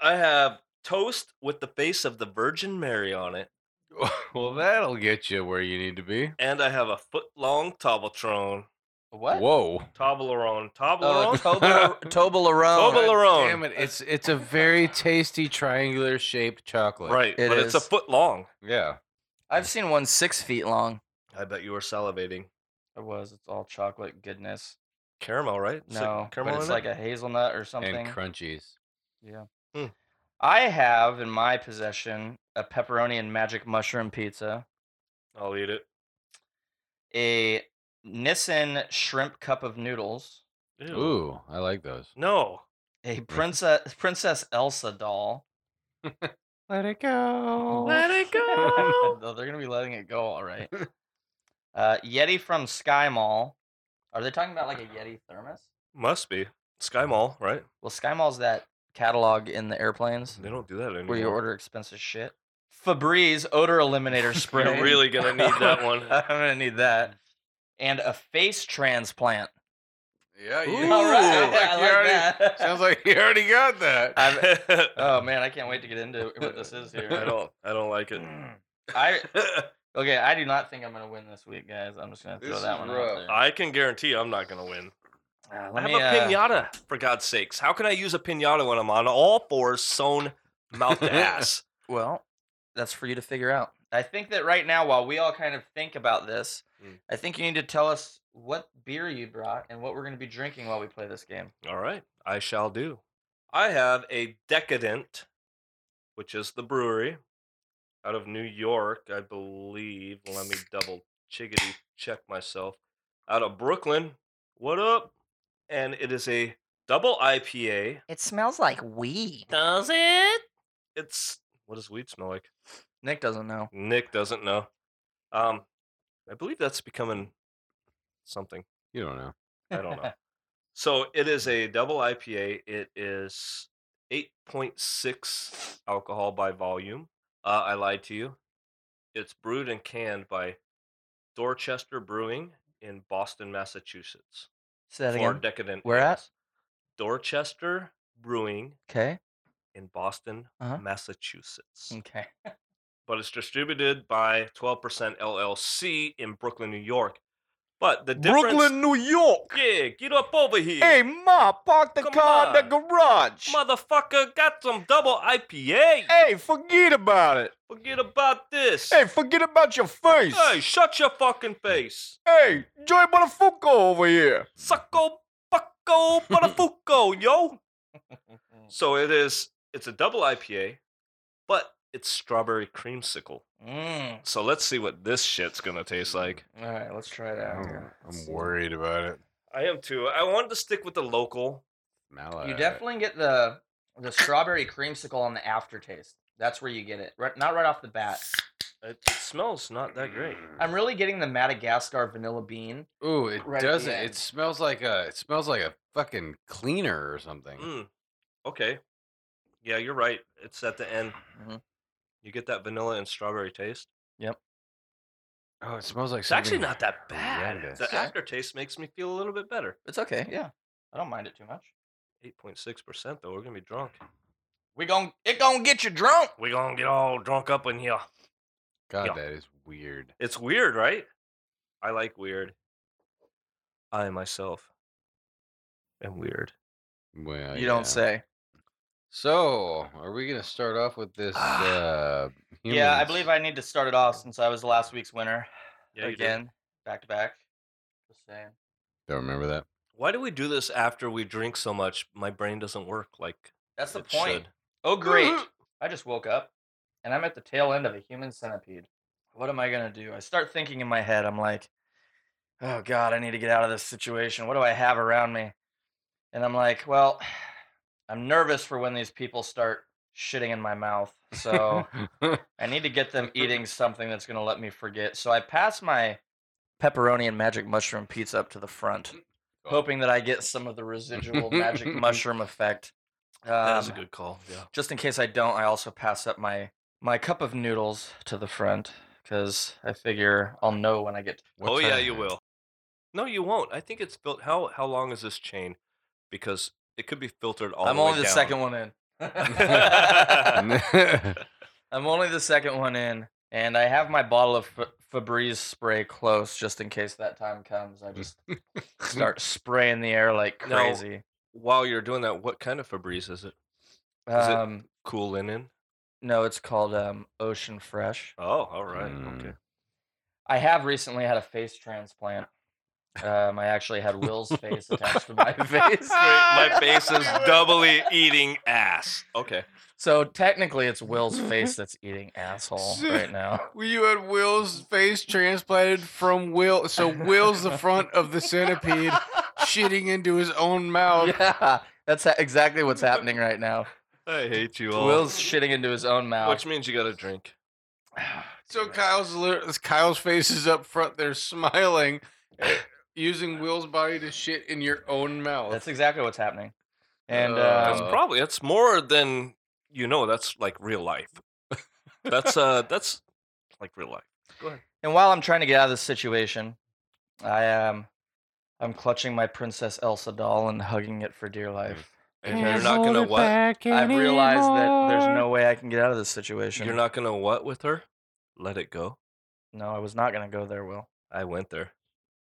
B: I have toast with the face of the Virgin Mary on it,
C: [laughs] well, that'll get you where you need to be.
B: and I have a foot long Toblerone.
A: [laughs] what?
C: Whoa.
B: Toblerone.
A: Oh,
B: Toblerone?
A: [laughs] Tobler- Toblerone.
B: Tobler- Toblerone.
C: Damn it! It's it's a very tasty triangular shaped chocolate.
B: right.
A: It
B: but it's a
A: is.
B: foot long.
C: Yeah.
A: I've seen one six feet long.
B: I bet you were salivating.
A: It was. It's all chocolate goodness.
B: Caramel, right? It's like
A: No,
B: caramel
A: but it's
B: in it?
A: like a hazelnut or something.
C: And crunchies.
A: Yeah.
B: Mm.
A: I have in my possession a pepperoni and magic mushroom pizza,
B: I'll eat it.
A: a Nissen shrimp cup of noodles,
B: Ew.
C: Ooh, I like those.
B: No.
A: a princess Princess Elsa [laughs] doll.
C: Let it go.
B: Let it go.
A: Though they're gonna be letting it go, all right. Uh, Yeti from Sky Mall. Are they talking about like a Yeti thermos?
B: Must be. Sky Mall, right?
A: Well, Sky Mall's that catalog in the airplanes
B: They don't do that anymore.
A: where you order expensive shit. Febreze odor [laughs] eliminator spray.
B: [laughs] You're really gonna need that one. [laughs]
A: I'm gonna need that. And a face transplant.
C: [laughs]
A: [laughs]
C: Yeah. You,
B: Ooh. All right,
C: sounds like
A: I
C: you
A: like
C: already-
A: that. [laughs]
C: [laughs] Sounds like you already got that. [laughs]
A: I've-
B: I
A: oh man, I can't wait to get into what this [laughs] is here.
B: don't. I don't
A: [laughs]
B: like it.
A: I okay, I do not think I'm gonna win this week, guys. I'm just gonna throw
C: This
A: that
C: is
A: one
C: rough.
A: out
B: I can guarantee I'm not gonna win.
A: there. Uh,
B: I
A: let
B: have
A: me,
B: a
A: uh,
B: pinata, for God's sakes. How can I use a pinata when I'm on all fours sewn
A: [laughs]
B: mouth to ass?
A: Well, that's for you to figure out. I think that right now, while we all kind of think about this,
B: Mm.
A: I think you need to tell us what beer you brought and what we're gonna be drinking while we play this game.
B: All right, I shall do. I have a Decadent, which is the brewery out of New York, I believe. Let me double chickadee check myself. Out of Brooklyn. What up? And it is a double IPA.
A: It smells like weed.
B: Does it? It's what does weed smell like?
A: Nick doesn't know.
B: Nick doesn't know. Um, I believe that's becoming something.
C: You don't know.
B: I don't
A: [laughs]
B: know. So it is a double IPA. It is 8.6 alcohol by volume. Uh, I lied to you. It's brewed and canned by Dorchester Brewing in Boston, Massachusetts.
A: Say that
B: for
A: again.
B: decadent.
A: Where at?
B: ales. Dorchester Brewing
A: Okay.
B: in Boston,
A: Uh-huh. Mm.
B: Massachusetts.
A: Okay.
B: But it's distributed by 12% LLC in Brooklyn, New York. But the difference,
C: New York.
B: yeah, get up over here.
C: ma, park
B: Come car in the
C: garage.
B: Motherfucker got some double IPA.
C: Hey, forget about it.
B: Forget about this.
C: forget about your face.
B: Hey, shut your fucking face.
C: hey Joy Buttafuoco over here.
B: Sucko, bucko, butterfucko, [laughs] yo. So it is, it's a double IPA, but it's strawberry creamsicle.
A: Mm.
B: So let's see what this shit's gonna taste like.
A: All right, let's try it out.
C: I'm,
A: here.
C: I'm worried about it.
B: I am too. I wanted to stick with the local.
C: Smell
A: You
C: it.
A: definitely get the the strawberry creamsicle on the aftertaste. That's where you get it. Right, not right off the bat.
B: It, it smells not that great.
A: I'm really getting the Madagascar vanilla bean.
C: Ooh, it
A: right at the
C: doesn't.
A: end.
C: It smells like a. It smells like a fucking cleaner or something.
B: Mm, okay. Yeah, you're right. It's at the end.
A: Mhm.
B: You get that vanilla and strawberry taste.
C: Oh, it smells like
B: It's actually
C: something
B: not that bad.
C: horrendous.
B: The
A: Okay.
B: aftertaste makes me feel a little bit better.
A: It's okay. Yeah, I don't mind it too much.
B: 8.6% though. We're going to be drunk.
A: We gon' it gonna get you drunk.
B: We're going to get all drunk up in here.
C: God,
B: Yeah.
C: that is weird.
B: It's weird, right? I like weird. I myself am weird.
C: Well,
A: you
C: Oh, yeah.
A: don't say.
C: So, are we gonna start off with
A: [sighs]
C: this? uh
A: Yeah, I
C: humans?
A: believe I need to start it off since I was last week's winner
B: Yeah, you do.
A: again, back to back. Just saying.
C: don't remember that.
B: Why do we do this after we drink so much? My brain doesn't work like
A: That's the
B: it
A: point.
B: should.
A: Oh great! [laughs] I just woke up, and I'm at the tail end of a human centipede. What am I gonna do? I start thinking in my head. I'm like, oh god, I need to get out of this situation. What do I have around me? And I'm like, well, [sighs] I'm nervous for when these people start shitting in my mouth.
C: Oh.
B: [laughs]
A: So I need to get them eating something that's going to let me forget. So I pass my pepperoni and magic mushroom pizza up to the front,
B: Mm.
C: Oh.
A: hoping that I get some of the residual
B: [laughs]
A: magic mushroom effect. Um,
B: That is a good call. Yeah.
A: just in case I don't, I also pass up my my cup of noodles to the front because I figure I'll know when I get.
C: [laughs] What
B: oh yeah,
C: time
B: you
C: is it?
B: will. No, you won't. I think it's built. How how long is this chain? Because it could be filtered all.
A: I'm
B: the
A: only
B: way
A: the
B: down.
A: second one in. [laughs]
C: [laughs]
A: I'm only the second one in, and I have my bottle of Fa- Febreze spray close just in case that time comes. I [laughs] just start spraying the air like
B: No.
A: crazy.
B: While you're doing that, what kind of Febreze is it? is it-
A: um,
B: Cool linen.
A: no, it's called um, Ocean Fresh.
B: Oh, all right. Okay.
A: I have recently had a face transplant. Um, I actually had Will's face attached to my [laughs] face.
B: Great, my face is doubly eating ass. Okay.
A: So technically, it's Will's face that's eating asshole right now.
C: Well, you had Will's face transplanted from Will, so Will's the front of
A: [laughs]
C: the [laughs] centipede shitting into his own mouth.
A: Yeah, that's ha- exactly what's happening right
B: [laughs]
A: now.
B: I hate you all.
A: Will's [laughs] shitting into his own mouth.
B: which means you got to drink.
C: So Kyle's lit- Kyle's face is up front there [laughs] smiling, eh, using Will's body to shit in your own mouth.
A: That's exactly what's happening. And
C: Uh,
B: That's
A: um,
C: Uh,
B: probably that's more than you know. That's like real life. that's uh, that's like real life. Go ahead.
A: and while I'm trying to get out of this situation, I am I'm clutching my Princess Elsa doll and hugging it for dear life.
B: And you're not gonna what?
A: I've realized that there's no way I can get out of this situation.
B: You're not gonna what with her? Let it go.
A: No, I was not going to go there, Will.
B: I went there.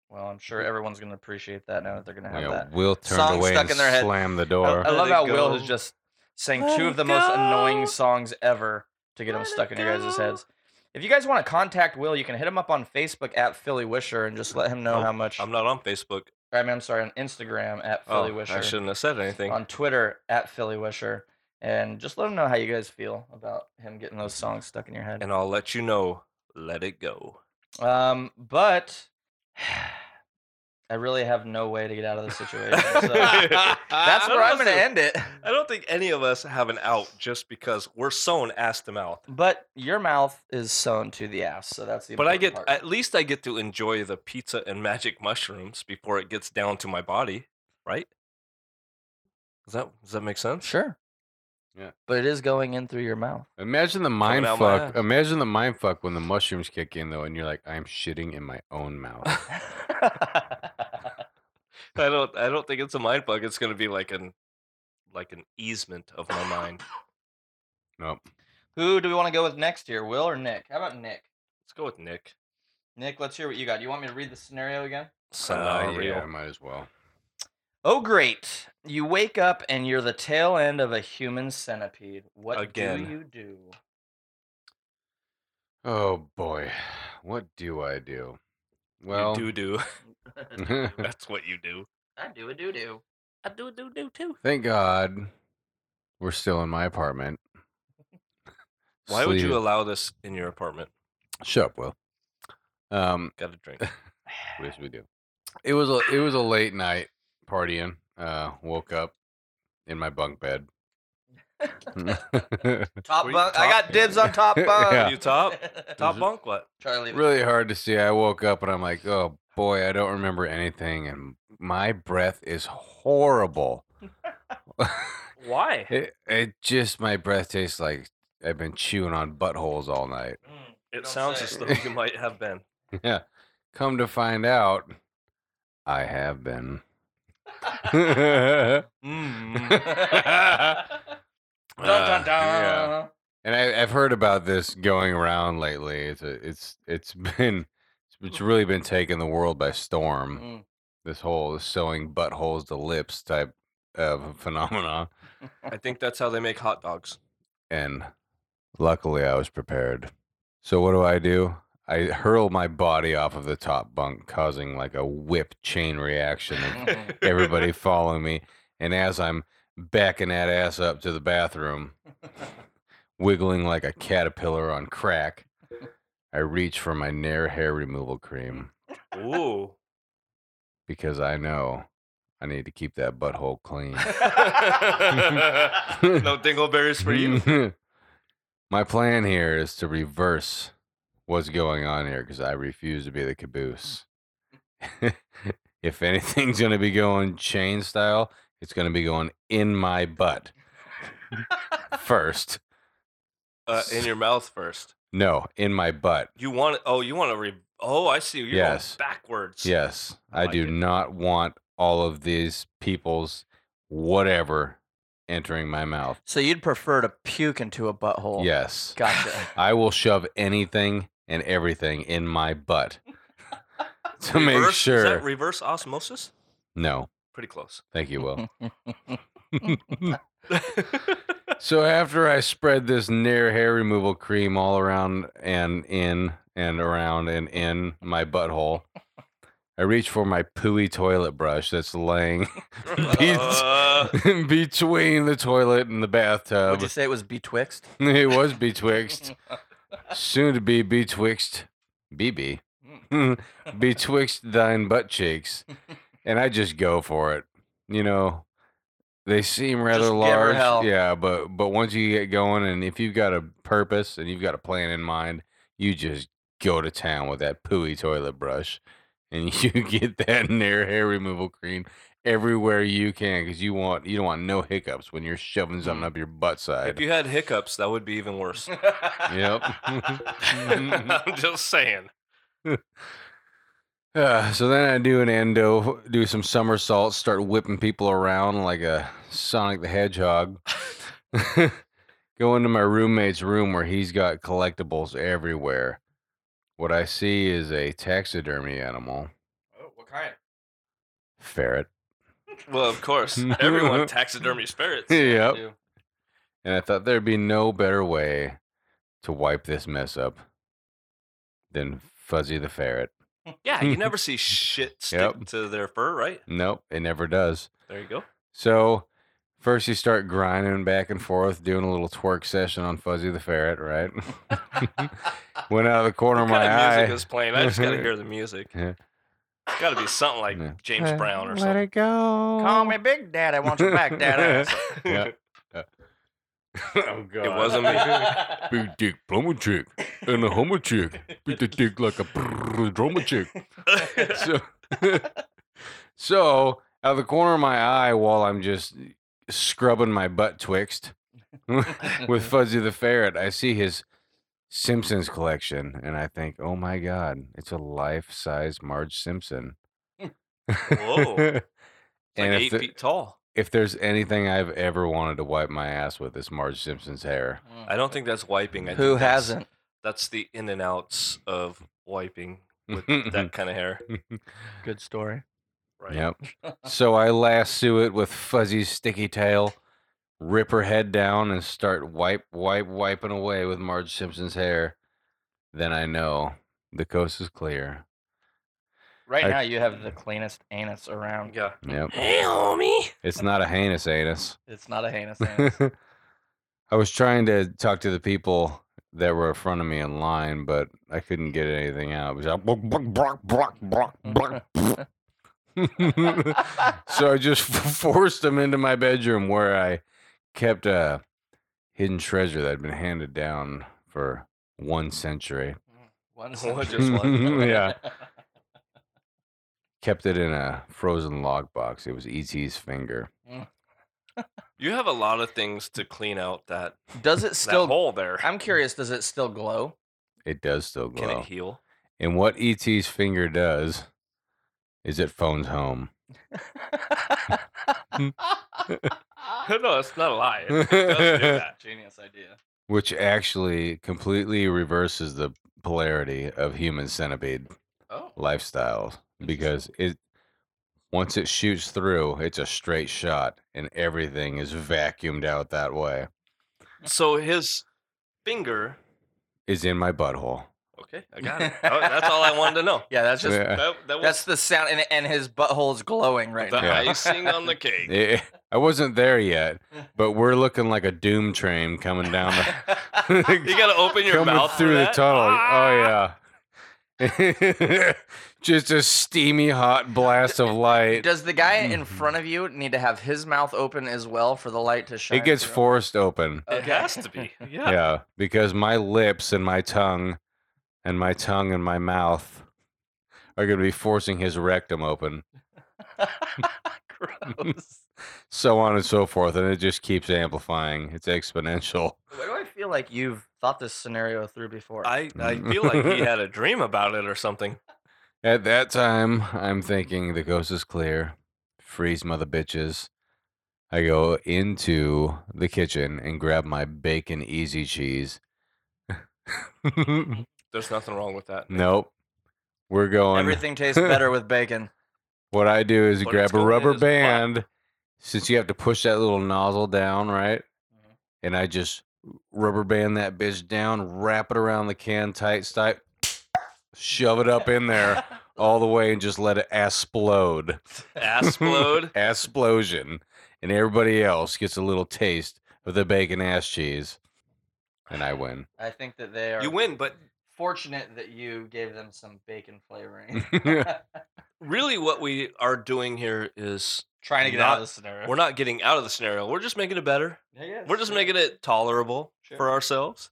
A: Well, I'm sure everyone's going to appreciate that now that they're going to have
C: Yeah,
A: that.
C: Will turned
A: Song
C: away
A: stuck
C: and
A: in their head. Oh,
C: slammed
A: I,
C: the door.
A: I
B: Let
A: love
B: it
A: how Will has
B: go.
A: just sang
B: Let
A: two
B: it
A: of the most annoying
B: go.
A: songs ever to get them
B: Let it
A: stuck in your guys'
B: go.
A: heads. If you guys want to contact Will, you can hit him up on Facebook at Philly Wisher and just let him know
B: Nope,
A: how much.
B: Oh, I'm not on Facebook.
A: I mean, I'm sorry, on Instagram at Philly
B: oh, I
A: Wisher,
B: shouldn't have said anything.
A: on Twitter at Philly Wisher, and just let him know how you guys feel about him getting those songs stuck in your head.
B: And I'll let you know. Let it go.
A: Um, but [sighs] I really have no way to get out of this situation. So
B: [laughs]
A: that's where I'm going to end it.
B: I don't think any of us have an out just because we're sewn ass to mouth.
A: But your mouth is sewn to the ass, so that's the.
B: But I get
A: important part.
B: at least I get to enjoy the pizza and magic mushrooms before it gets down to my body, right? Does that does that make sense?
A: sure.
C: Yeah.
A: But it is going in through your mouth.
C: Imagine the mind
B: out my
C: fuck.
B: ass.
C: Imagine the mind fuck when the mushrooms kick in though, and you're like, I'm shitting in my own mouth.
A: [laughs]
C: [laughs]
B: I don't I don't think it's a mind bug. It's gonna be like an like an easement of my mind.
C: Nope.
A: [laughs] Who do we want to go with next here, Will or Nick? How about Nick?
B: Let's go with Nick.
A: Nick, let's hear what you got. You want me to read the scenario again?
C: Uh,
B: Scenario.
C: yeah, might as well.
A: Oh, great! You wake up and you're the tail end of a human centipede. What
B: Again.
A: do you do? [laughs]
C: Oh boy, what do I do? Well,
B: you do [laughs] do.
C: thank
B: That's what you do.
A: I do a doo doo.
B: I do do do too.
C: God we're still in my apartment.
B: Why would you
C: Sleep-
B: allow this in your apartment?
C: Shut up, Will. Um,
B: Got a
C: [laughs]
B: drink.
C: yes, we do. It was a it was a late night partying. Uh, woke up in my bunk bed. [laughs]
A: Top
B: Were
A: bunk.
B: you
A: I
B: top?
A: got dibs on [laughs] top bunk.
C: Yeah.
B: You top top
C: it-
B: bunk what?
A: Charlie.
C: really hard to see. I woke up and I'm like, oh boy, I don't remember anything, and my breath is horrible. [laughs]
B: Why?
C: it, it just my breath tastes like I've been chewing on buttholes all night.
A: [laughs]
C: [laughs]
A: Mm,
B: It
A: Don't
B: sounds
A: say.
B: as though you might have been.
C: Yeah. Come to find out, I have [laughs] been. and Mm-hmm.
B: [laughs]
A: dun,
B: Uh,
A: dun, dun.
C: yeah. I, I've heard about this going around lately. It's a, it's it's [laughs] been it's really been taking the world by storm.
A: Mm.
C: This whole sewing buttholes to lips type of [laughs] phenomena.
B: I think that's how they make hot
C: [laughs]
B: dogs. [laughs]
C: And luckily, I was prepared. So what do I do? I hurl my body off of the top bunk, causing like a whip chain reaction of
A: Mhm.
C: everybody following me. And as I'm backing that ass up to the bathroom, wiggling like a caterpillar on crack, I reach for my Nair hair removal cream
B: Ooh.
C: because I know I need to keep that butthole clean.
B: no dingleberries for
C: [laughs]
B: you.
C: my plan here is to reverse what's going on here because I refuse to be the caboose.
B: Mm.
C: [laughs] if anything's going to be going chain style, it's going to be going in my butt first.
B: Uh, in your mouth first.
C: No, in my butt.
B: You want it? Oh, you want to re? Oh, I see. You're
C: Yes.
B: going backwards.
C: Yes,
B: [laughs]
C: I
B: like
C: do
B: it.
C: not want all of these people's whatever entering my mouth.
A: So you'd prefer to puke into a butthole?
C: Yes.
A: Gotcha.
C: I will shove anything and everything in my
B: [laughs]
C: butt to
B: reverse,
C: [laughs] make
B: Is
C: sure.
B: that reverse osmosis?
C: no,
B: Pretty
C: [laughs]
B: close. [laughs] Uh,
C: thank [laughs] you,
A: [laughs]
C: Will. so after I spread this Nair hair removal cream all around and in and around and in my butthole, I reach for my pooey toilet brush that's laying [laughs] Beats.
B: Uh,
C: between the toilet and the
A: Would
C: bathtub.
A: you say it was betwixt?
C: it was [laughs] betwixt, soon to be betwixt, BB,
A: Hmm.
C: [laughs] betwixt thine butt cheeks, and I just go for it. You know, they seem rather
A: Just give her
C: large,
A: hell.
C: yeah. But but once you get going, and if you've got a purpose and you've got a plan in mind, you just go to town with that pooey toilet brush, and [laughs] you get that Nair hair removal cream everywhere you can because you want you don't want no hiccups when you're shoving something
A: Mm.
C: up your butt side.
B: if you had hiccups, that would be even
C: [laughs]
B: worse. [laughs]
A: yep.
B: Oh, I'm just saying.
C: Uh, so then I do an endo, do some somersaults, start whipping people around like a Sonic the Hedgehog. [laughs] Go into my roommate's room where he's got collectibles everywhere. What I see is a taxidermy animal,
A: what kind?
C: ferret. [laughs]
B: Well, of course, everyone taxidermy spirits.
C: [laughs] yep. And I thought there'd be no better way to wipe this mess up than Fuzzy the ferret.
B: Yeah, you never see shit stick
C: Yep.
B: to their fur, right?
C: Nope, it never does.
B: There you go.
C: So first you start grinding back and forth, doing a little twerk session on Fuzzy the Ferret, right? [laughs] Went out of the corner of
B: what
C: my
B: kind of music
C: eye.
B: is playing? I just gotta
C: [laughs]
B: hear the music.
C: Yeah.
B: Gotta be something like
C: Yeah.
B: James Brown or
C: Let
B: something.
C: it go.
A: Call
C: [laughs]
A: me Big Dad. I want you back, Dad.
B: [laughs]
C: Yeah. Uh, [laughs] oh, God.
B: It wasn't
A: me.
C: [laughs] Big dick, plumber chick,
B: [laughs]
C: and a homer chick. Beat the dick like a brrrr drummer chick.
B: [laughs]
C: so, [laughs] so out of the corner of my eye, while I'm just eh, scrubbing my butt twixt [laughs]
B: [laughs]
C: with Fuzzy the Ferret, I see his Simpsons collection, and I think, oh my god, it's a life-size Marge Simpson. [laughs]
B: Whoa.
C: and
B: like
C: if,
B: eight
C: the-
B: feet tall.
C: if there's anything I've ever wanted to wipe my ass with, it's Marge Simpson's hair.
B: I don't think that's wiping. I
A: Who
B: think that's-
A: hasn't?
B: That's the in and outs of wiping
C: [laughs]
B: with that kind of hair.
A: Good story.
B: Right.
C: Yep. so I lasso it with Fuzzy's sticky tail, rip her head down, and start wipe, wipe, wiping away with Marge Simpson's hair. Then I know the coast is clear.
A: Right
C: I-
A: now, you have the cleanest anus around.
B: Yeah.
C: Yep.
B: Hey, homie.
C: It's not a heinous anus. [laughs]
A: It's not a heinous anus.
C: I was trying to talk to the people that were in front of me in line, but I couldn't get anything out. It was like, "Brock, brock, brock, brock, brock,
A: Mm.
C: brock, brock." [laughs] so I just [laughs] forced them into my bedroom where I kept a hidden treasure that had been handed down for one century.
A: [laughs]
B: [laughs]
A: One
B: just one.
C: [laughs] Yeah. Kept it in a frozen log box. It was E.T.'s finger.
B: You have a lot of things to clean out that,
A: Does it
B: that
A: still?
B: hole there.
A: I'm curious. Does it still
B: [laughs]
C: [laughs]
A: glow? [laughs]
C: It does still
B: Can
C: glow.
B: it heal? [laughs]
C: And what E.T.'s finger does is it phones home.
B: no, it's not a lie.
C: [laughs]
B: It, it [laughs] does do that.
A: Genius idea.
C: Which actually completely reverses the polarity of human centipede
A: Oh.
C: lifestyles
B: Mm-hmm.
C: because it once it shoots through, it's a straight shot and everything is vacuumed out that way.
B: So his finger.
C: Is in my butthole.
B: Okay, I got it. Oh, That's all I wanted to
C: [laughs]
B: know.
A: Yeah, that's just
C: Yeah.
B: That, that was
A: that's the sound, and, and his butthole's glowing right
B: the
A: now. [laughs]
C: Yeah.
B: icing on the cake.
C: Eh, I wasn't there yet, but we're looking like a doom train coming down
B: [laughs]
C: the
B: [laughs] You gotta open your
C: coming
B: mouth for
C: through the
B: that?
C: tunnel.
B: Ah!
C: Oh yeah. [laughs] Just a steamy hot blast
B: [laughs]
C: of light.
A: Does the guy
B: Mm-hmm.
A: in front of you need to have his mouth open as well for the light to shine?
C: It gets
A: through?
C: forced open.
B: [laughs] It
A: Okay.
B: has to
A: [laughs]
B: be. Yeah.
C: Yeah, because my lips and my tongue and my tongue and my mouth are going to be forcing his rectum open,
A: [laughs] Gross.
C: [laughs] so on and so forth, and it just keeps amplifying. It's exponential.
A: Why do I feel like you've thought this scenario through before?
B: I, I feel like he had a dream about it or something.
C: At that time, I'm thinking the coast is clear. Freeze, mother bitches. I go into the kitchen and grab my bacon
A: [laughs]
C: easy cheese. [laughs]
B: There's nothing wrong with
C: [laughs]
B: that. man.
C: nope. We're going.
A: Everything
B: [laughs]
A: tastes better with bacon.
C: What I do is
B: But it's
C: grab a
B: going in
C: rubber
B: as black.
C: band, since you have to push that little nozzle down, right?
A: Mhm.
C: And I just rubber band that bitch down, wrap it around the can tight, tight, shove it up
A: [laughs]
C: in there all the way, and just let it explode.
B: Assplode.
C: explosion, and everybody else gets a little taste of the bacon ass cheese, and I win.
A: I think that they are
B: you win, but
A: fortunate that you gave them some bacon
B: [laughs]
A: flavoring. [laughs]
B: really what we are doing here is
A: Trying to get out
B: Not-
A: of this scenario.
B: we're not getting out of the scenario. We're just making it better.
A: Yeah, yeah,
B: We're just
A: sure.
B: making it tolerable
A: Sure.
B: for ourselves.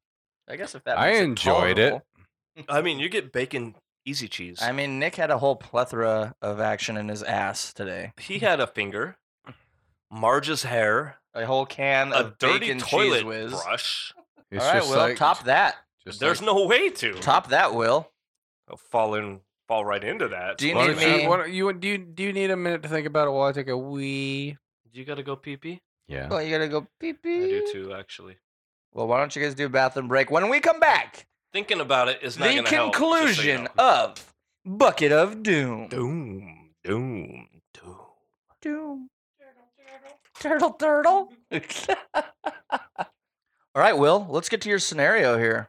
A: I guess if that.
C: I
A: makes
C: enjoyed it.
A: tolerable.
B: I mean, you get bacon easy cheese.
A: I mean, Nick had a whole plethora of action in his ass today.
B: he had a finger, Marge's hair,
A: A whole can
B: a
A: of
B: dirty
A: bacon
B: toilet
A: cheese whiz.
B: brush.
C: It's
A: all right,
C: just
A: Will,
C: like-
A: top that.
C: just
B: There's
C: like-
B: no way to
A: Top that, Will.
B: I'll fall in, fall right into that.
A: Do you
C: Why
A: need
B: [laughs]
C: don't
A: me-
C: you, why don't you- do you do you need a minute to think about it while I take a wee?
B: You gotta go pee pee.
C: Yeah.
A: Well, you gotta go pee
B: I
A: pee.
B: do too, actually.
A: Well, why don't you guys do a bathroom break? When we come back,
B: Thinking about it is not
A: the
B: gonna help, just so you
A: conclusion
B: know.
A: of Bucket of Doom.
B: Doom, doom, doom.
A: Doom. Turtle, turtle. [laughs] All right, Will, let's get to your scenario here.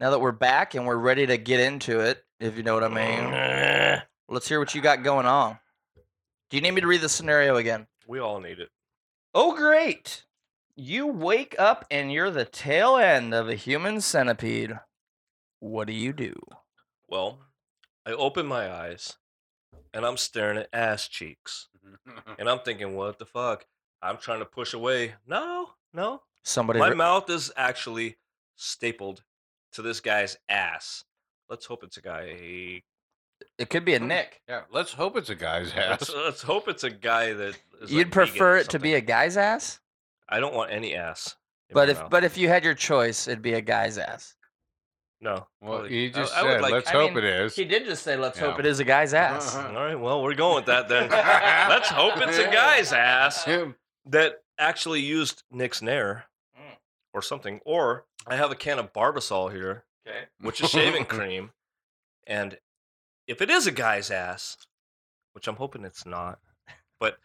A: Now that we're back and we're ready to get into it, if you know what I
B: Oh,
A: mean, let's hear what you got going on. Do you need me to read the scenario again?
B: we all need it.
A: Oh, great. You wake up and you're the tail end of a human centipede. What do you do?
B: Well, I open my eyes and I'm staring at ass cheeks. And I'm thinking, what the fuck? I'm trying to push away. No, no.
A: Somebody.
B: My
A: re-
B: mouth is actually stapled to this guy's ass. Let's hope it's a guy.
A: it could be a Nick.
C: yeah. Let's hope it's a guy's
B: Let's,
C: ass.
B: let's hope it's a guy that. Is
A: You'd prefer it to be
B: I
A: a guy's ass?
B: I don't want any ass. in
A: But
B: my
A: if
B: mouth.
A: but if you had your choice, it'd be a guy's ass.
B: no.
C: [laughs] Well,
B: probably-
C: you just
B: I, I would
C: said,
B: like-
C: let's
A: I
C: hope
A: mean,
C: it is. [laughs]
A: did just say, "Let's
C: hope Yeah. it
A: is a guy's ass."
B: All right. Well, we're going with
A: [laughs]
B: that then. let's hope it's a guy's ass. that actually used Nick's Nair
A: Mm.
B: or something. Or I have a can of Barbasol here,
A: Okay.
B: which
A: [laughs]
B: is shaving cream. And if it is a guy's ass, which I'm hoping it's not, but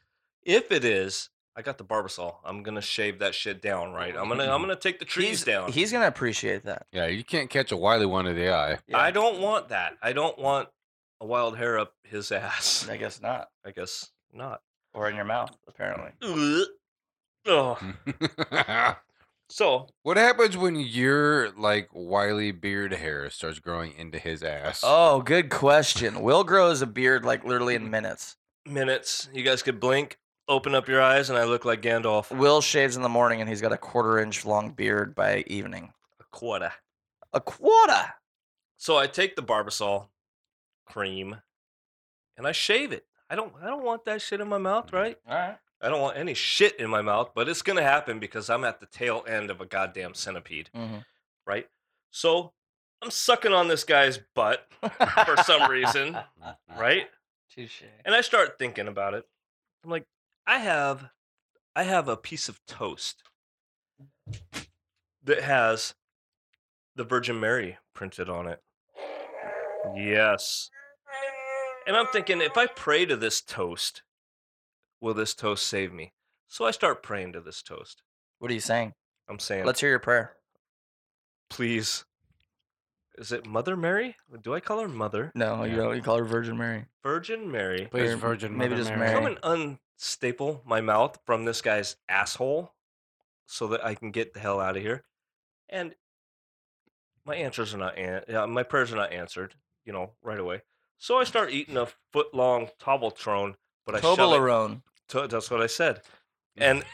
B: if it is, I got the Barbasol. I'm gonna shave that shit down, right? I'm gonna
A: [laughs]
B: I'm gonna take the trees
A: He's,
B: down.
A: he's gonna appreciate that.
C: Yeah, you can't catch a wily one to the eye. [laughs]
B: I don't want that. I don't want a wild hair up his ass.
A: I guess not,
B: I guess not.
A: or in your mouth, apparently.
B: Ugh. Ugh. So
C: what happens when your like wily beard hair starts growing into his ass?
A: Oh, good question. Will grows a beard like literally [laughs] in minutes.
B: minutes. You guys could blink, open up your eyes, and I look like Gandalf.
A: Will shaves in the morning, and he's got a quarter inch long beard by evening.
B: A quarter.
A: A quarter.
B: So I take the Barbasol cream and I shave it. I don't I don't want that shit in my mouth, right?
A: All right.
B: I don't want any shit in my mouth, but it's gonna happen because I'm at the tail end of a goddamn centipede,
A: [laughs]
B: right? So I'm sucking on this guy's butt [laughs] for some reason, right?
A: Touche.
B: And I start thinking about it. I'm like, I have I have a piece of toast that has the Virgin Mary printed on it. Yes. And I'm thinking if I pray to this toast, will this toast save me? So I start praying to this toast.
A: What are you saying?
B: I'm saying,
A: Let's hear your prayer.
B: please. Is it Mother Mary? Do I call her Mother?
A: No, you
C: Yeah.
A: don't. You call her Virgin Mary.
B: Virgin Mary.
A: Please, Virgin maybe Mother just Mary.
B: Come and unstaple my mouth from this guy's asshole so that I can get the hell out of here. And my answers are not an- yeah, my prayers are not answered, you know, right away. So I start eating a foot long Toblerone, but I shove it,
A: Toblerone.
B: to- that's what I said. And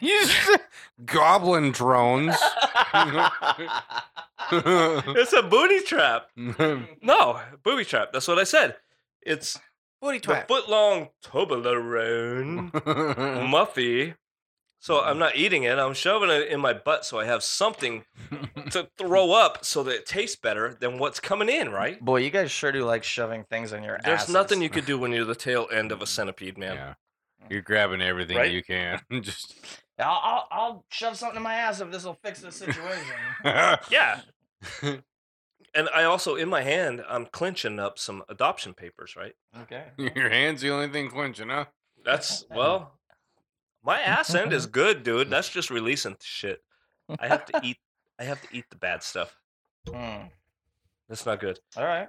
C: You s- [laughs] goblin
B: [laughs]
C: drones. [laughs]
B: it's a booty trap. No, booby trap. That's what I said. It's
D: Booty
B: the
D: twat.
B: foot long Toblerone
C: Uh-huh.
B: Muffy. So I'm not eating it. I'm shoving it in my butt so I have something to throw up so that it tastes better than what's coming in, right?
A: Boy, you guys sure do like shoving things in your ass.
B: There's nothing you could do when you're the tail end of a centipede, man.
C: yeah. You're grabbing everything
B: Right?
C: you can. [laughs] Just
A: I'll, I'll, I'll shove something in my ass if this will fix the situation.
B: Yeah. and I also, in my hand, I'm clinching up some adoption papers, right?
A: okay.
C: your hand's the only thing clinching, huh?
B: That's, well, my ass end is good, dude. That's just releasing shit. I have to eat, I have to eat the bad stuff.
A: Hmm.
B: That's not good.
A: All right.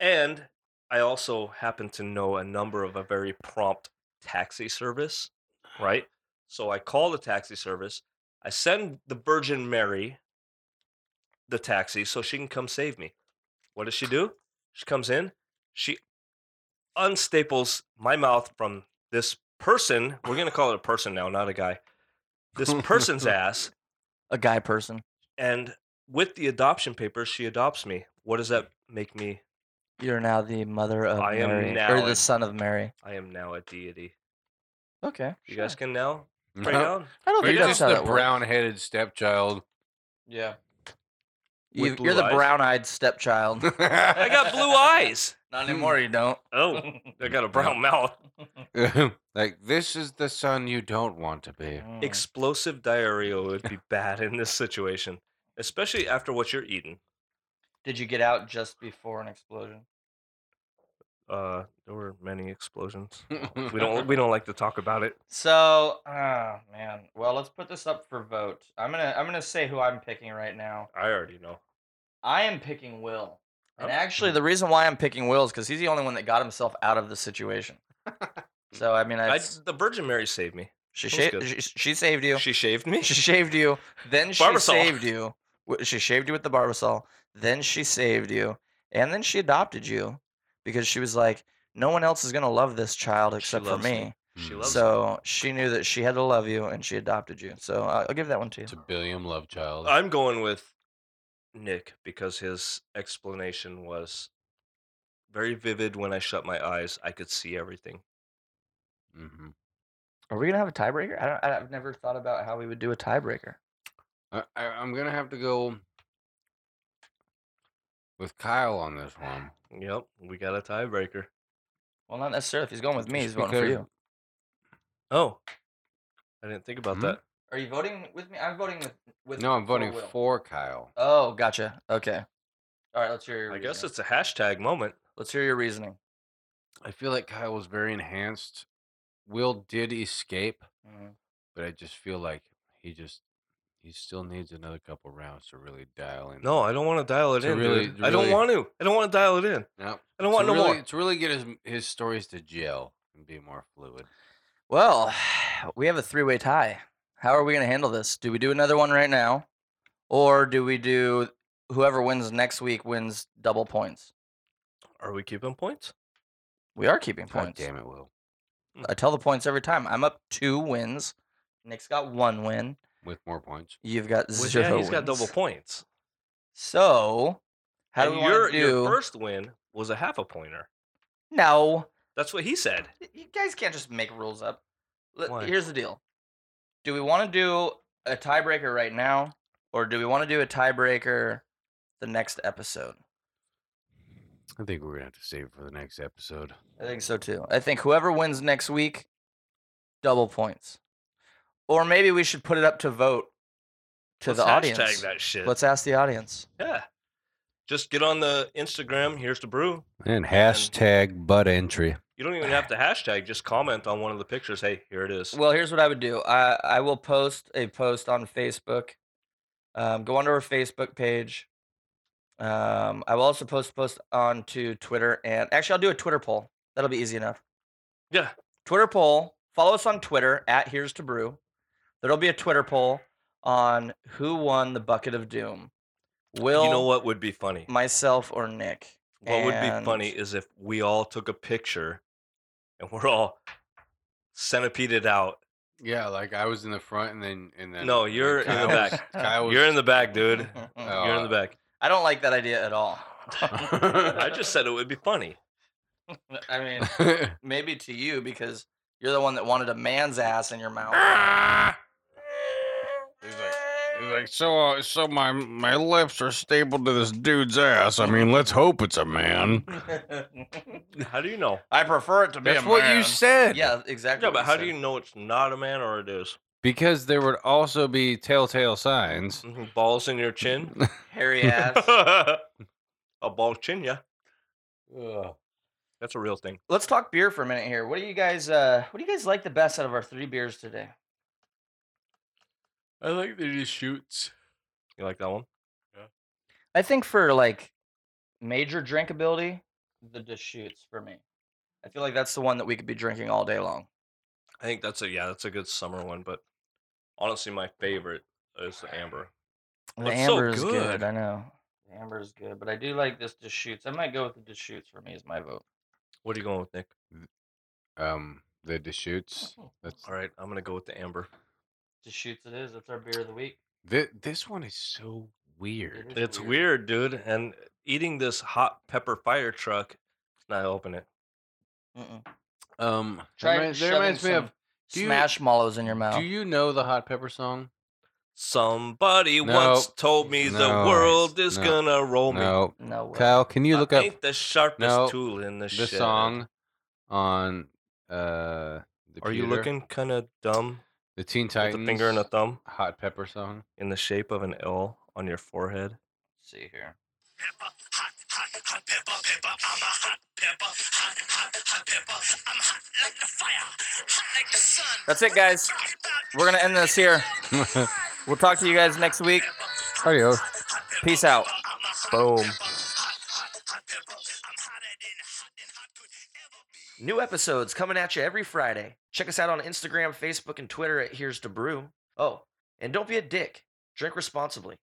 B: And I also happen to know a number of a very prompt taxi service, right? So I call the taxi service. I send the Virgin Mary the taxi so she can come save me. What does she do? She comes in, she unstaples my mouth from this person. We're going to call it a person now, not a guy. This person's ass.
A: A guy person.
B: And with the adoption papers, she adopts me. What does that make me?
A: You're now the mother of
B: I am
A: Mary,
B: now
A: or the
B: a-
A: son of Mary.
B: I am now a deity.
A: Okay.
B: You
A: sure.
B: guys can now
C: No. [laughs]
B: pray down.
A: I don't
C: Are
A: think
C: you
A: that's
C: just
A: how
C: the
A: that works.
C: brown headed stepchild? [laughs]
A: Yeah.
B: with
A: You,
B: blue
A: you're the
B: eyes?
A: brown-eyed
C: [laughs]
A: stepchild.
B: I got blue eyes.
A: Not anymore. You don't.
B: Oh, I got a brown mouth.
C: [laughs] like, this is the son you don't want to be.
B: Mm-hmm.
A: Mm.
B: Explosive diarrhea would [laughs] be bad in this situation, especially after what you're eating.
A: Did you get out just before an explosion?
B: Uh, there were many explosions. Oh, We
C: [laughs]
B: don't [laughs] we don't like to talk about it.
A: So, ah, man. Well, let's put this up for vote. I'm gonna I'm gonna say who I'm picking right now.
B: I already know.
A: I am picking Will. And
B: Oh.
A: actually, the reason why I'm picking Will is because he's the only one that got himself out of the
B: [laughs]
A: situation. so I mean,
B: I,
A: I,
B: the Virgin Mary saved me.
A: she,
B: was
A: sha-
B: good.
A: she she saved you.
B: She shaved
A: [laughs]
B: me.
A: She shaved you.
B: [laughs]
A: Then she
B: Barbasol.
A: saved you. wi- She shaved you with the barbasol. Then she saved you, and then she adopted you because she was like, no one else is gonna love this child
B: She
A: except for
B: loves
A: me.
B: me. She
C: Mm,
B: loves me.
A: So she knew that she had to love you, and she adopted you. So I- I'll give that one to you.
C: It's a billion love child.
B: I'm going with Nick because his explanation was very vivid. When I shut my eyes, I could see everything.
C: Mhm.
A: Are we gonna have a tiebreaker? I don't, I- I've never thought about how we would do a tiebreaker.
C: I, I, I'm going to have to go with Kyle on this one.
B: Yep, we got a tiebreaker.
A: Well, not necessarily. If he's going with me, he's
C: Just
A: voting for
C: because-
A: you.
B: Oh, I didn't think
A: Mm-hmm.
B: about
C: Hmm?
B: that.
A: Are you voting with me? I'm voting with with.
C: No, I'm voting
A: Will.
C: for Kyle.
A: Oh, gotcha. Okay. All right. Let's hear your.
B: I guess
A: reasoning.
B: it's a hashtag moment.
A: Let's hear your reasoning.
C: I feel like Kyle was very enhanced. Will did escape,
A: Mm-hmm.
C: but I just feel like he just he still needs another couple rounds to really dial in.
B: No, I don't want to dial it
C: To
B: in.
C: really-
B: dude.
C: to
B: I don't
C: really-
B: want to. I don't want to dial it in.
C: no.
B: I don't want
C: to
B: no
C: really,
B: more.
C: To really get his his stories to gel and be more fluid.
A: Well, [sighs] we have a three-way tie. How are we gonna handle this? Do we do another one right now, or do we do whoever wins next week wins double points?
B: Are we keeping points?
A: We are keeping
C: God
A: points.
C: damn it, Will.
A: I tell the points every time. I'm up two wins. Nick's got one win.
C: With more points.
A: You've got
B: Well,
A: zero.
B: yeah, he's got double
A: wins.
B: points.
A: So, how
B: and
A: do we
B: your
A: want to do?
B: your first win was a half a pointer.
A: No,
B: That's what he said.
A: y- you guys can't just make rules up. Let-
B: Why?
A: Here's the deal: Do we want to do a tiebreaker right now, or do we want to do a tiebreaker the next episode?
C: I think we're gonna have to save it for the next episode.
A: I think so too. I think whoever wins next week, double points. Or maybe we should put it up to vote to
B: Let's
A: the
B: hashtag
A: audience.
B: that shit.
A: Let's ask the audience.
B: yeah. Just get on the Instagram. Here's the brew.
C: And hashtag butt entry.
B: You don't even
A: [sighs]
B: have to hashtag. Just comment on one of the pictures. Hey, here it is.
A: Well, here's what I would do. I I will post a post on Facebook. Um, go onto our Facebook page. Um, I will also post a post onto Twitter and actually I'll do a Twitter poll. That'll be easy enough.
B: yeah.
A: Twitter poll. Follow us on Twitter at Here's to Brew. There'll be a Twitter poll on who won the bucket of doom. Will
B: you know what would be funny?
A: myself or Nick?
B: What would be funny
A: And-
B: is if we all took a picture and we're all centipeded out.
C: Yeah, like I was in the front and then and then
B: No,
C: and
B: you're in the
C: Kyle
B: back.
C: was-
A: [laughs]
C: [laughs] Kyle was
B: You're in the back, dude. You're in the
C: Uh,
B: back.
A: [laughs] I don't like that idea at all.
B: I just said it would be funny.
A: I mean, maybe to you because you're the one that wanted a man's ass in your mouth.
B: Ah!
C: [laughs] He's like, he's like, so, uh, so my my lips are stapled to this dude's ass. I mean, let's hope it's a man.
B: How do you know?
A: [laughs] I prefer it to be
C: That's
A: a
C: what
A: man.
C: you said.
A: Yeah, exactly.
B: Yeah,
A: what
B: but how do
A: said.
B: you know it's not a man or it is?
C: Because there would also be telltale signs.
B: Mhm, Balls in
A: [laughs]
B: your chin? [laughs]
A: hairy ass?
B: a ball chin, yeah. That's a real thing.
A: Let's talk beer for a minute here. What do you guys? Uh, what do you guys like the best out of our three beers today?
D: I like that he shoots.
B: You like that one?
A: I think for like major drinkability, the Deschutes for me. I feel like that's the one that we could be drinking all day long.
B: I think that's a yeah, that's a good summer one. But honestly, my favorite is the amber.
A: The
B: That's so
A: amber is good.
B: good.
A: I know the amber is good, but I do like this Deschutes. I might go with the Deschutes for me is my vote.
B: What are you going with, Nick?
C: Um, the Deschutes. That's
B: All right, I'm gonna go with the amber.
A: Deschutes it is. That's our beer of the week.
C: thi- this one is so weird.
A: It's
B: It's
A: weird.
B: weird, dude. And eating this hot pepper fire truck. Now I open it.
A: Mm-mm.
C: Um, that
A: Try
C: reminds- that
A: shoving
C: reminds me of. do you-
A: Smash mallows in your mouth.
C: Do you know the Hot Pepper song?
B: Somebody
C: No.
B: once told me the
C: No.
B: world is
C: No.
B: gonna roll me.
C: No,
A: no way.
C: Kyle, can you
B: I
C: look up
B: ain't the sharpest
C: No.
B: tool in the,
C: the
B: shed.
C: song on uh? The
B: Are you looking kind of dumb
C: The Teen
B: with
C: Titans.
B: a finger and a thumb
C: Hot Pepper [laughs] song.
B: in the shape of an L on your forehead?
A: Let's see here. That's it, guys. We're gonna end this here. We'll talk to you guys next week.
C: Adios.
A: Peace out.
B: Boom.
A: New episodes coming at you every Friday. Check us out on Instagram, Facebook, and Twitter at Here's to Brew. Oh, and don't be a dick. Drink responsibly.